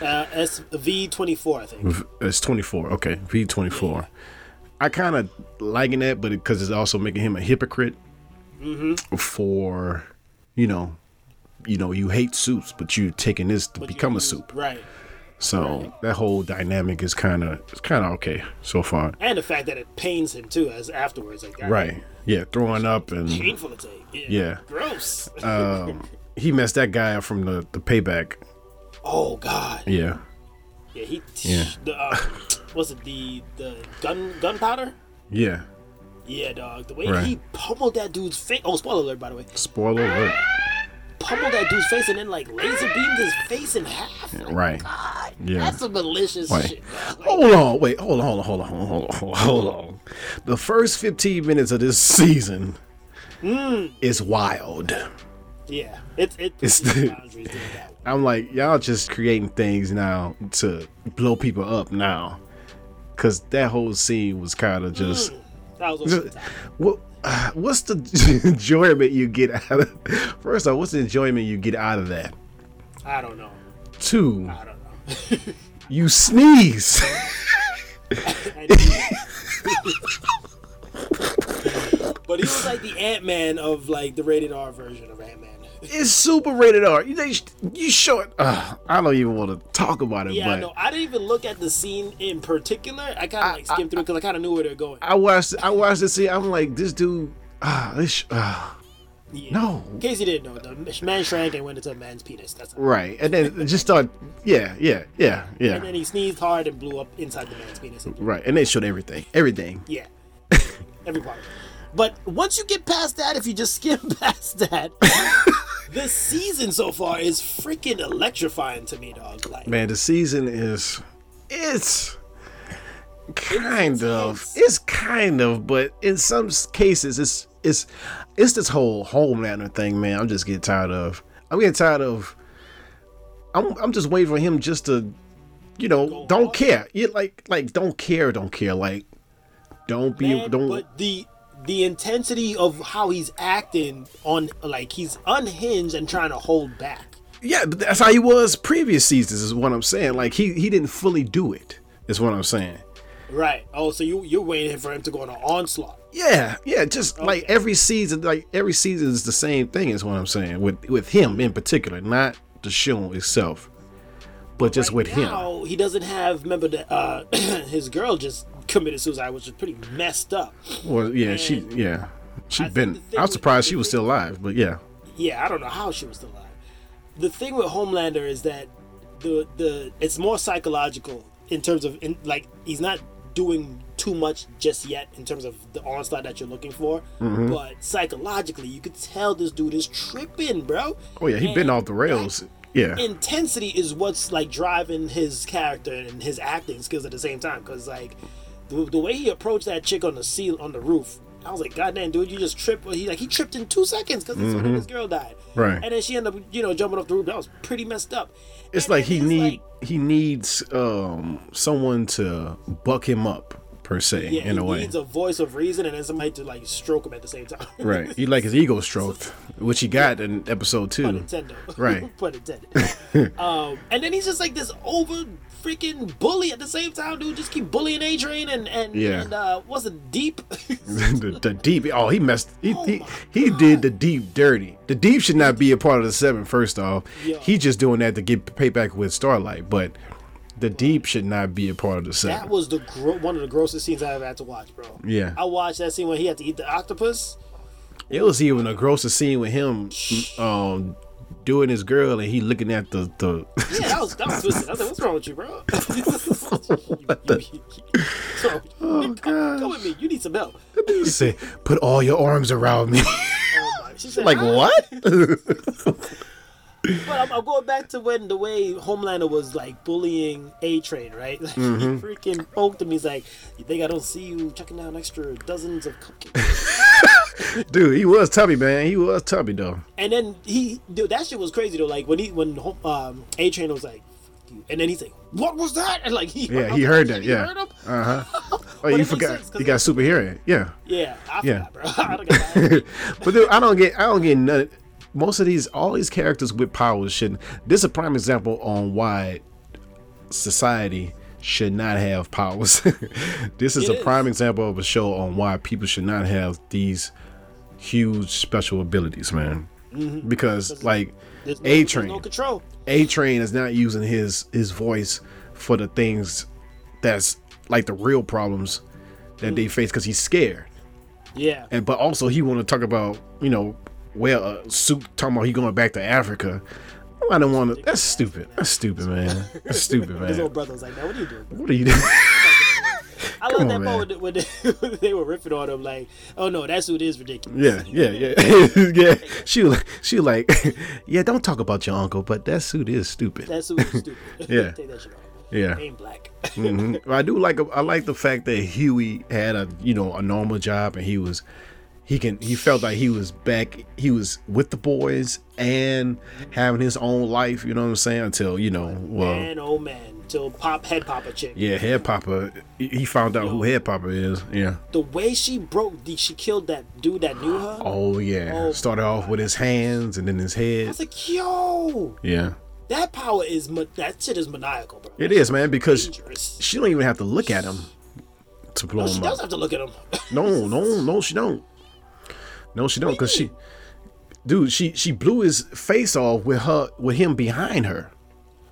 B: Uh, SV twenty four, I think.
A: V- it's 24 okay v24 i kind of liking that but because it's also making him a hypocrite Mm-hmm. for you know you know you hate soups but you taking this to become a soup
B: Right.
A: so that whole dynamic is kind of it's kind of okay so far
B: And the fact that it pains him too, as afterwards, like that.
A: right yeah throwing up and
B: Painful to take. Yeah.
A: Yeah. Uh,
B: Gross.
A: he messed that guy up from the the payback
B: oh God.
A: yeah
B: Yeah, he.
A: Yeah.
B: The, uh, was it the the gun gunpowder?
A: yeah
B: Yeah, dog. The way
A: Right.
B: he pummeled that dude's face. Oh, spoiler alert, by the way.
A: spoiler alert
B: Pummeled that dude's face and then like laser beamed his face in half. Like,
A: right
B: God,
A: Yeah.
B: that's some malicious
A: Wait.
B: shit. dog. Like,
A: Hold on, wait, hold on, hold on, hold on, hold on, hold on. The first 15 minutes of this season is wild.
B: yeah, it's it.
A: It's
B: It's the
A: the-
B: boundaries doing that one.
A: I'm like, y'all just creating things now to blow people up now. Cause that whole scene was kind of just
B: That was over the top.
A: what uh, what's the enjoyment you get out of first off, what's the enjoyment you get out of that?
B: I don't know.
A: Two,
B: I don't know.
A: you sneeze.
B: but he was like the Ant Man of like the rated R version of Ant Man.
A: it's super rated R. You they, you show it. Uh, I don't even want to talk about it,
B: Yeah,
A: but
B: I know. I didn't even look at the scene in particular. I kind of like skimmed through because I kind of knew where they're going.
A: I watched I watched this scene. I'm like, this dude, ah, this, sh- ah,
B: Yeah.
A: no,
B: In case you didn't know, the man shrank and went into a man's penis. That's
A: right, and then it just start, yeah, yeah, yeah,
B: And then
A: yeah,
B: he sneezed hard and blew up inside the man's penis. And
A: right, and they showed everything, everything.
B: yeah, every part. But once you get past that, if you just skim past that, this season so far is freaking electrifying to me, dog. Like,
A: Man, the season is, it's, kind of
B: intense.
A: it's kind of but in some s- cases it's it's it's this whole homelander thing man i'm just getting tired of i'm getting tired of i'm, I'm just waiting for him just to you know don't care you like like don't care don't care like don't be
B: Man,
A: don't
B: But the the intensity of how he's acting on like he's unhinged and trying to hold back.
A: yeah but that's how he was previous seasons is what i'm saying like he he didn't fully do it is what i'm saying
B: Right. Oh, so you you're waiting for him to go on an onslaught.
A: Yeah, yeah, just like every season, like every season is the same thing. Is what I'm saying with with him in particular, not the show itself, but just with him.
B: Now he doesn't have. Remember that uh, his girl just committed suicide, which is pretty messed up.
A: Well, yeah, she, yeah, she
B: think the
A: been.
B: thing
A: I'm
B: with-
A: surprised
B: the
A: she was
B: thing-
A: still alive, but yeah,
B: Yeah, I don't know how she was still alive. The thing with Homelander is that the the it's more psychological in terms of in, like he's not doing too much just yet in terms of the onslaught that you're looking for,
A: Mm-hmm.
B: but psychologically you could tell this dude is tripping, bro.
A: oh yeah, he been
B: And
A: off the rails. Yeah,
B: intensity is what's like driving his character and his acting skills at the same time. Cause like the, the way he approached that chick on the seal on the roof, I was like, God damn, dude, you just tripped. He like he tripped in two seconds because that's when his girl died.
A: Mm-hmm. Right.
B: And then she ended up, you know, jumping off the roof. That was pretty messed up.
A: it's
B: And
A: like
B: then
A: he
B: he's
A: need he needs um someone to buck him up per se
B: yeah,
A: in
B: he
A: a way.
B: needs a voice of reason and then somebody to like stroke him at the same time.
A: right, he like his ego stroked, which he got in episode
B: Pun
A: two.
B: intended.
A: Right.
B: Pun intended. um, and then he's just like this over freaking bully at the same time, dude. Just keep bullying Adrian and and,
A: Yeah.
B: and uh, what's it, Deep?
A: the, the deep. Oh, he messed. He
B: Oh
A: he,
B: my
A: he did the deep dirty. The deep should not be a part of the seven. First off,
B: Yeah.
A: he just doing that to get payback with Starlight. But the deep should not be a part of the
B: that
A: seven.
B: was the gro- one of the grossest scenes I ever had to watch, bro.
A: Yeah.
B: I watched that scene when he had to eat the octopus.
A: it was even a grosser scene with him, um, doing his girl, and he looking at the the.
B: Yeah, that was that was twisted. I was like, "What's wrong with you, bro? oh,
A: gosh.
B: come, come with me. You need some help."
A: He said, "Put all your arms around me."
B: Oh, my- she said,
A: like
B: "Huh?"
A: what?
B: But I'm, I'm going back to when the way Homelander was like bullying A Train, right? Like
A: Mm-hmm.
B: he freaking poked him. He's like, "You think I don't see you chucking down extra dozens of cupcakes?"
A: Dude, he was tubby man. He was tubby though.
B: and then he, dude, that shit was crazy though. Like when he, when Hom- um, A Train was like, "Fuck you," and then he's like, "What was that?" And like he,
A: Yeah,
B: I'm
A: he
B: like,
A: heard that.
B: he
A: Yeah.
B: heard him?
A: Uh huh. Oh,
B: it
A: you
B: makes
A: forgot.
B: sense 'cause
A: You got super hearing. Yeah.
B: Yeah, I
A: Yeah.
B: forgot, bro. I don't got that.
A: but dude, I don't get I don't get none. Most of these, all these characters with powers shouldn't. This is a prime example on why society should not have powers. this is
B: It
A: a prime
B: is.
A: example of a show on why people should not have these huge special abilities, man. Because like
B: Mm-hmm. There's no,
A: A
B: there's
A: Train,
B: no control.
A: A Train is not using his his voice for the things that's like the real problems that
B: Mm-hmm.
A: they face because he's scared
B: Yeah,
A: and but also he want to talk about you know well uh, soup talking about he going back to Africa. I don't want to. That's stupid. That's stupid, man. That's stupid,
B: his little
A: man.
B: brother was like, "Man, what are you doing?" bro?"
A: What are you doing?
B: I love
A: on,
B: that
A: man.
B: part when, when they were riffing on him, like, "Oh no, that's who it is ridiculous."
A: Yeah, yeah, yeah, yeah. She, was- she like, yeah. Don't talk about your uncle, but that suit is stupid.
B: That's who's stupid.
A: Yeah.
B: Take that shit off.
A: Yeah.
B: Ain't black.
A: Mhm. But I do like I like the fact that Huey had a you know a normal job and he was he can he felt like he was back he was with the boys and having his own life you know what I'm saying until you know well
B: man, oh man. Till pop head popper chick.
A: yeah head popper he- he found out who head popper is yeah
B: The way she broke the she killed that dude that knew her.
A: oh yeah
B: Oh,
A: started off with his hands and then his
B: I
A: head
B: was like, yo,
A: yeah
B: that power is ma- that shit is maniacal, bro.
A: it is man because
B: dangerous.
A: she don't even have to look at him to blow
B: She
A: him
B: does
A: up
B: have to look at him.
A: No, no, no, she don't. No, she don't, cause she, dude, she she blew his face off with her with him behind her.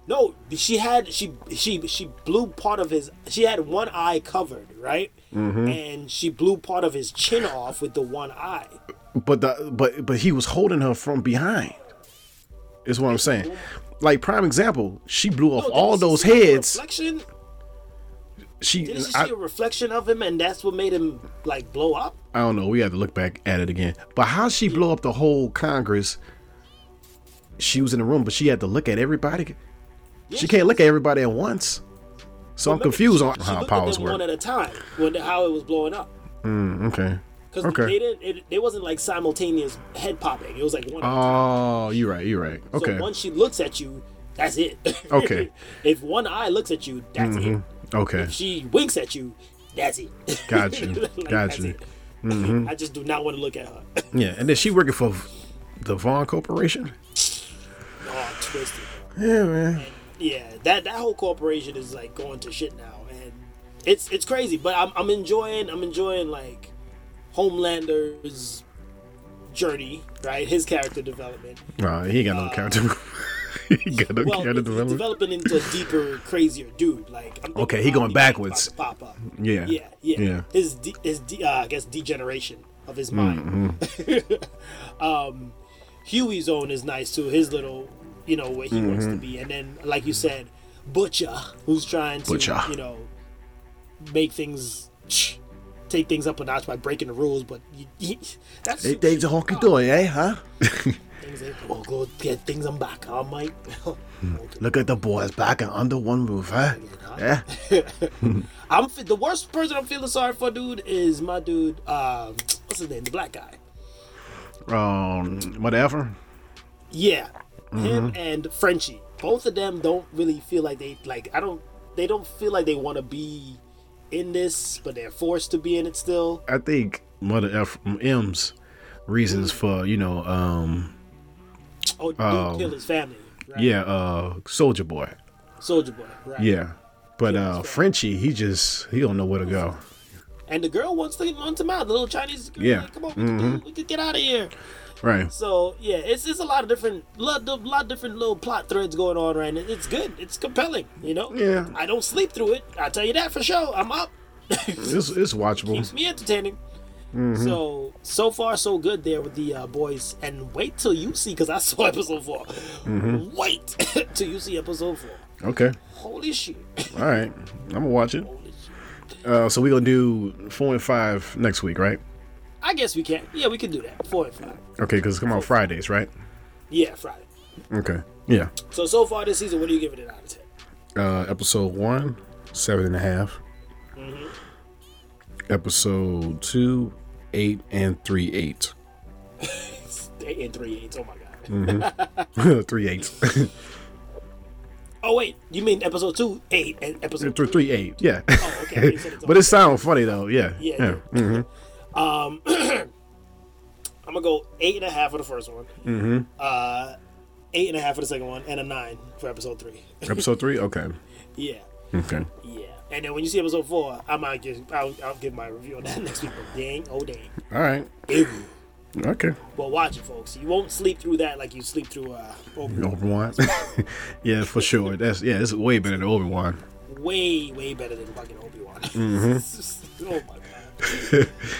B: no, she had she she she blew part of his she had one eye covered, right?
A: Mm-hmm.
B: And she blew part of his chin off with the one eye.
A: But the but but he was holding her from behind. Is what I'm saying. Like prime example, she blew off
B: No, didn't
A: all
B: she
A: those
B: see a
A: heads.
B: Reflection?
A: She
B: Didn't she
A: I,
B: see a reflection of him, and that's what made him like blow up?
A: I don't know. We have to look back at it again. But how she blow up the whole Congress? She was in the room, but she had to look at everybody.
B: Yeah,
A: She can't look at everybody at once. So I'm
B: Remember,
A: confused on
B: she
A: how
B: looked at
A: powers
B: them One
A: work.
B: at a time, when how it was blowing up.
A: Okay.
B: Because
A: Okay.
B: they didn't, it, it wasn't like simultaneous head popping. It was like one. at a time.
A: Oh, you're right. You're right. Okay.
B: So once she looks at you, that's it.
A: Okay. Mm-hmm.
B: if one eye looks at you, that's it.
A: Okay.
B: She winks at you, that's it.
A: Got you. Mm-hmm. Got
B: that's
A: you. Mm-hmm.
B: it. I just do not want to look at her.
A: Yeah, and then she working for the Vaughn Corporation.
B: oh, twisted.
A: Yeah, man.
B: Yeah, that that whole corporation is like going to shit now, and it's it's crazy. But I'm I'm enjoying I'm enjoying like Homelander's journey, right? His character development.
A: Nah, he ain't got no character. he got no
B: Uh, Well,
A: character
B: he's
A: development.
B: developing into a deeper, crazier dude. Like, I'm thinking
A: Okay, he going
B: Omni-Man about
A: backwards.
B: to Pop up.
A: Yeah.
B: yeah, yeah.
A: Yeah.
B: His de- his de- uh, I guess degeneration of his mind. um,
A: Mm-hmm.
B: Huey's own is nice too. His little, you know, where he
A: Mm-hmm.
B: wants to be, and then like you said, Butcher, who's trying to,
A: Butcher.
B: you know, make things. Take things up a notch by breaking the rules, but you, that's
C: Hey, Dave's a honky dory, eh? Huh?
B: things. Ain't, oh, go get things. I'm back. I might.
A: Hmm.
C: Look at the boys back and under one roof, huh? Yeah.
B: I'm fe- the worst person I'm feeling sorry for, dude, is my dude. Uh, what's his name? The black guy.
A: Um, whatever.
B: Yeah, him
A: Mm-hmm.
B: and Frenchie. Both of them don't really feel like they like. I don't. They don't feel like they want to be in this, but they're forced to be in it still.
A: I think mother F M's reasons for you know um
B: Oh, dude,
A: Um,
B: kill his family. Right?
A: yeah uh Soldier Boy
B: Soldier Boy. Right.
A: yeah, but uh Frenchie he just he don't know where to go.
B: And the girl wants to wants him out. The little Chinese girl.
A: Yeah. Mm-hmm.
B: like, Come on, we, can do, we can get out of here.
A: Right.
B: So yeah, it's it's a lot of different lot of lot of different little plot threads going on right now. It's good. It's compelling. You know.
A: Yeah.
B: I don't sleep through it. I tell you that for sure. I'm up.
A: It's it's watchable.
B: Keeps me entertaining. Mm-hmm. So so far so good there with the uh, boys. And wait till you see because I saw episode 4 Wait till you see episode four.
A: Okay.
B: Holy shit!
A: All right. I'm gonna watch it.
B: Holy shit!
A: Uh, so we gonna do four and five next week, right?
B: I guess we can. Yeah, we can do that. Four and five.
A: Okay, because come out Fridays, right?
B: Yeah, Friday.
A: Okay. Yeah.
B: So so far this season, what are you giving it out of ten?
A: uh, episode one, seven and a half. Episode two, eight and three eight.
B: Eight and three eights. Oh my god.
A: three eight.
B: Oh wait, you mean episode two, eight, and episode
A: three, three eight. Yeah.
B: Oh, okay. You said it's
A: but it sounds funny though. Yeah.
B: Yeah,
A: Mm.
B: I'm gonna go eight and a half for the first one. Mm-hmm. Uh, eight and a half for the second one, and a nine for episode three.
A: Episode three. Okay.
B: yeah,
A: Okay.
B: yeah. And then when you see episode four, I might give I'll, I'll give my review on that next week. But dang, oh dang.
A: All right.
B: Ew.
A: Okay.
B: But watch it, folks. You won't sleep through that like you sleep through uh, Obi-
A: Obi Wan. yeah, for sure. That's yeah. It's way better than Obi Wan.
B: way way better than fucking Obi Wan.
A: Mm-hmm.
B: oh my god,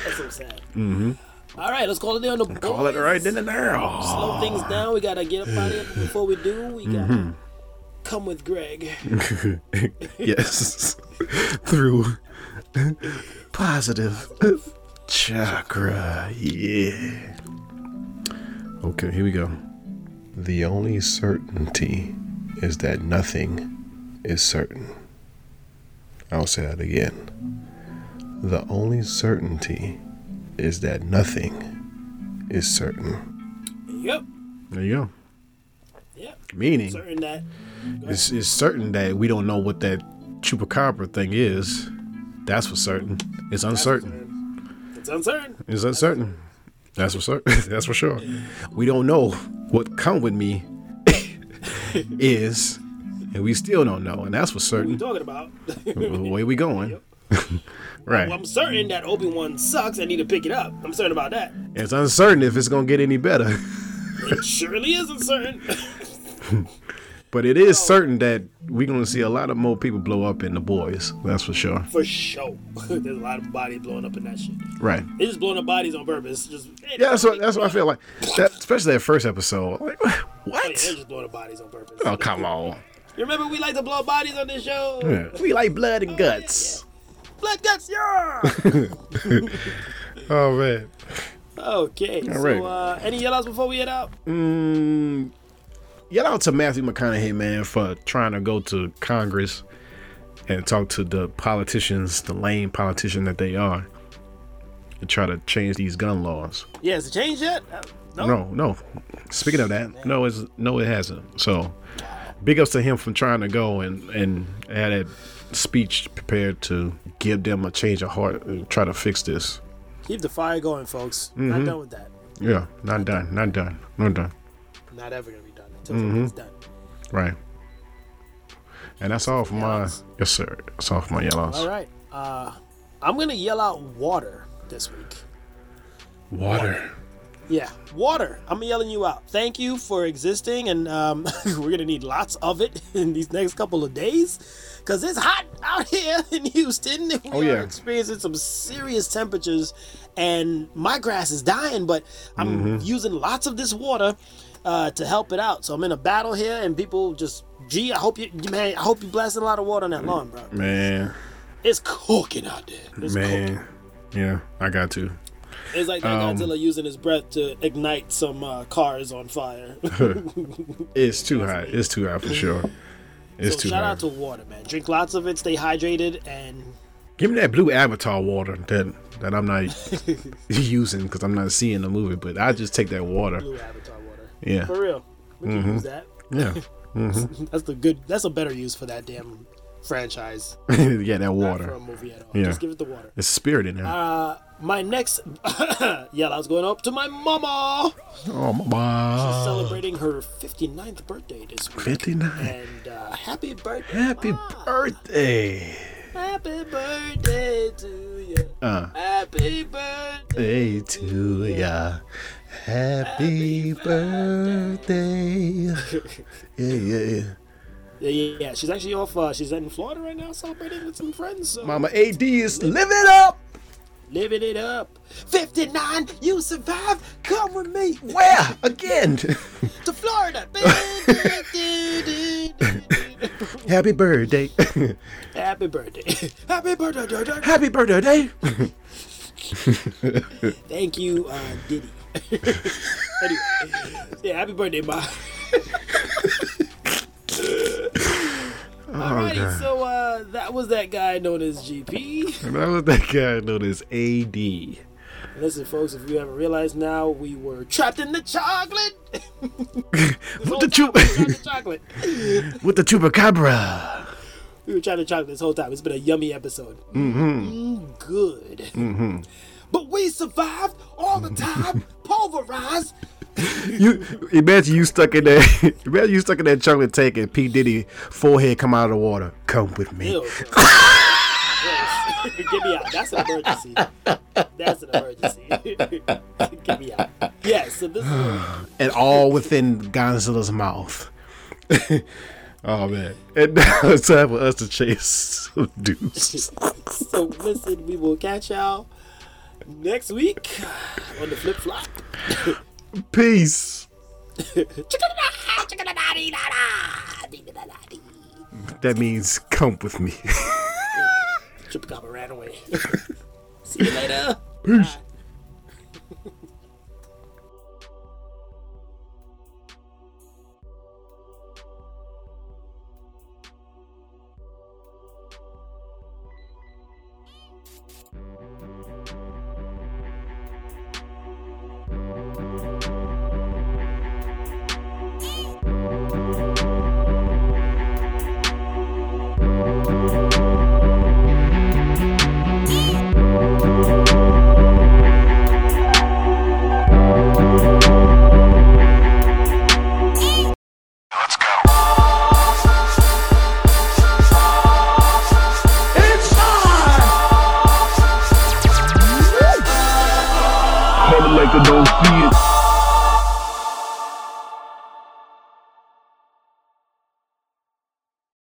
B: that's so sad. Mm-hmm. All right, let's call it there on the
A: Call it
B: boys.
A: right then and there. Oh,
B: Oh, slow things down. We gotta get up out of here before we do. We gotta
A: Mm-hmm.
B: come with Greg.
A: yes. Through positive chakra. Yeah. Okay, here we go. The only certainty is that nothing is certain. I'll say that again. The only certainty is that nothing is certain.
B: Yep.
A: There you go.
B: Yep.
A: Meaning,
B: Certain that.
A: it's, it's certain that we don't know what that chupacabra thing is. That's for certain. It's uncertain.
B: It's uncertain.
A: It's uncertain. That's for certain. That's for sure. We don't know what come with me is, and we still don't know, and that's for
B: What you
A: certain.
B: talking about?
A: The way we going,
B: well,
A: right?
B: I'm certain that Obi Wan sucks. I need to pick it up. I'm certain about that.
A: It's uncertain if it's gonna get any better,
B: It surely is uncertain.
A: but it is certain that we're gonna see a lot of more people blow up in the boys. That's for sure.
B: For sure. There's a lot of bodies blowing up in that shit.
A: Right.
B: They're just blowing up bodies on purpose. Just hey,
A: Yeah, that's what that's what I feel like. That especially that first episode. Like,
B: They're
A: what?
B: just blowing up bodies on purpose.
A: Oh come on.
B: You remember we like to blow up bodies on this show?
A: Yeah. We like blood and guts.
B: Blood guts, yeah!
A: Oh man.
B: okay. so,
A: right.
B: uh, any yell outs before we head out?
A: Yell out to Matthew McConaughey, man, for trying to go to Congress and talk to the politicians, the lame politician that they are, and try to change these gun laws.
B: Yeah, has it changed yet? Uh, no.
A: No, no. Speaking of that, no, it's no, it hasn't. So, big ups to him for trying to go and and had that speech prepared to give them a change of heart and try to fix this.
B: Keep the fire going, folks. Not
A: Mm-hmm.
B: done with that.
A: Yeah, not done, not done, not done.
B: Not ever gonna be done until it's
A: Mm-hmm.
B: done.
A: Right. And that's all for my
B: Yellows.
A: yes, sir. That's all for my yellows.
B: All right. Uh, I'm gonna yell out water this week.
A: Water.
B: Yeah, water. I'm yelling you out. Thank you for existing, and um, we're gonna need lots of it in these next couple of days, cause it's hot out here in Houston. We
A: Oh,
B: are
A: yeah.
B: experiencing some serious temperatures, and my grass is dying. But I'm
A: Mm-hmm.
B: using lots of this water uh, to help it out. So I'm in a battle here, and people just, gee, I hope you, man, I hope you blasting a lot of water on that lawn, bro.
A: Man,
B: It's cooking out there. It's
A: man. um,
B: cooking.
A: Yeah, I got to.
B: It's like that Godzilla using his breath to ignite some uh, cars on fire.
A: It's too hot. It's too hot for sure. It's
B: so
A: too
B: shout
A: hot.
B: out to water, man. Drink lots of it, stay hydrated, and
A: Give me that blue avatar water that that I'm not using because I'm not seeing the movie, but I just take that water.
B: blue avatar water.
A: Yeah.
B: For real. We
A: Mm-hmm.
B: can use that.
A: Yeah.
B: That's the good that's a better use for that damn franchise.
A: yeah, that
B: Not for
A: water.
B: a movie at all.
A: Yeah.
B: Just give it the water. Uh,
A: It's spirit in there.
B: My next yell out's going up to my mama.
A: oh, my.
B: Celebrating her 59th birthday this week.
A: 59.
B: And uh, happy birthday.
A: Happy
B: Ma.
A: birthday.
B: Happy birthday to you.
A: Uh.
B: Happy birthday.
A: Hey to ya. Happy birthday. yeah, yeah, yeah.
B: Yeah, yeah, yeah. She's actually off. Uh, she's in Florida right now, celebrating with some friends. So
A: Mama AD is living up.
B: living it up. Fifty-nine, you survived. Come with me
A: Where? Again.
B: to Florida.
A: Happy birthday.
B: Happy birthday. Happy birthday. da- da- da.
A: Happy birthday.
B: Thank you, uh, Diddy. anyway, yeah, happy birthday, Ma. Alrighty,
A: God.
B: so uh, that was that guy known as GP.
A: And that was that guy known as AD.
B: Listen, folks, if you haven't realized now, we were trapped in the chocolate.
A: With the,
B: We were trying
A: chup-
B: to chocolate.
A: with the chupacabra.
B: We were trying to chocolate this whole time. It's been a yummy episode. Mm-hmm. good. Mm-hmm. But we survived all the time, pulverized.
A: You imagine you stuck in that. Imagine you stuck in that chocolate tank and P Diddy forehead come out of the water. Come with me.
B: Ew. Gross. Get me out. That's an emergency. That's an emergency. Get me out. Yes, so this is
A: and all within Godzilla's mouth. oh man! And now it's time for us to chase some dudes.
B: so listen, we will catch y'all next week on the flip flop.
A: Peace. That means come with me.
B: Chupacabra ran away. See you later.
A: Peace.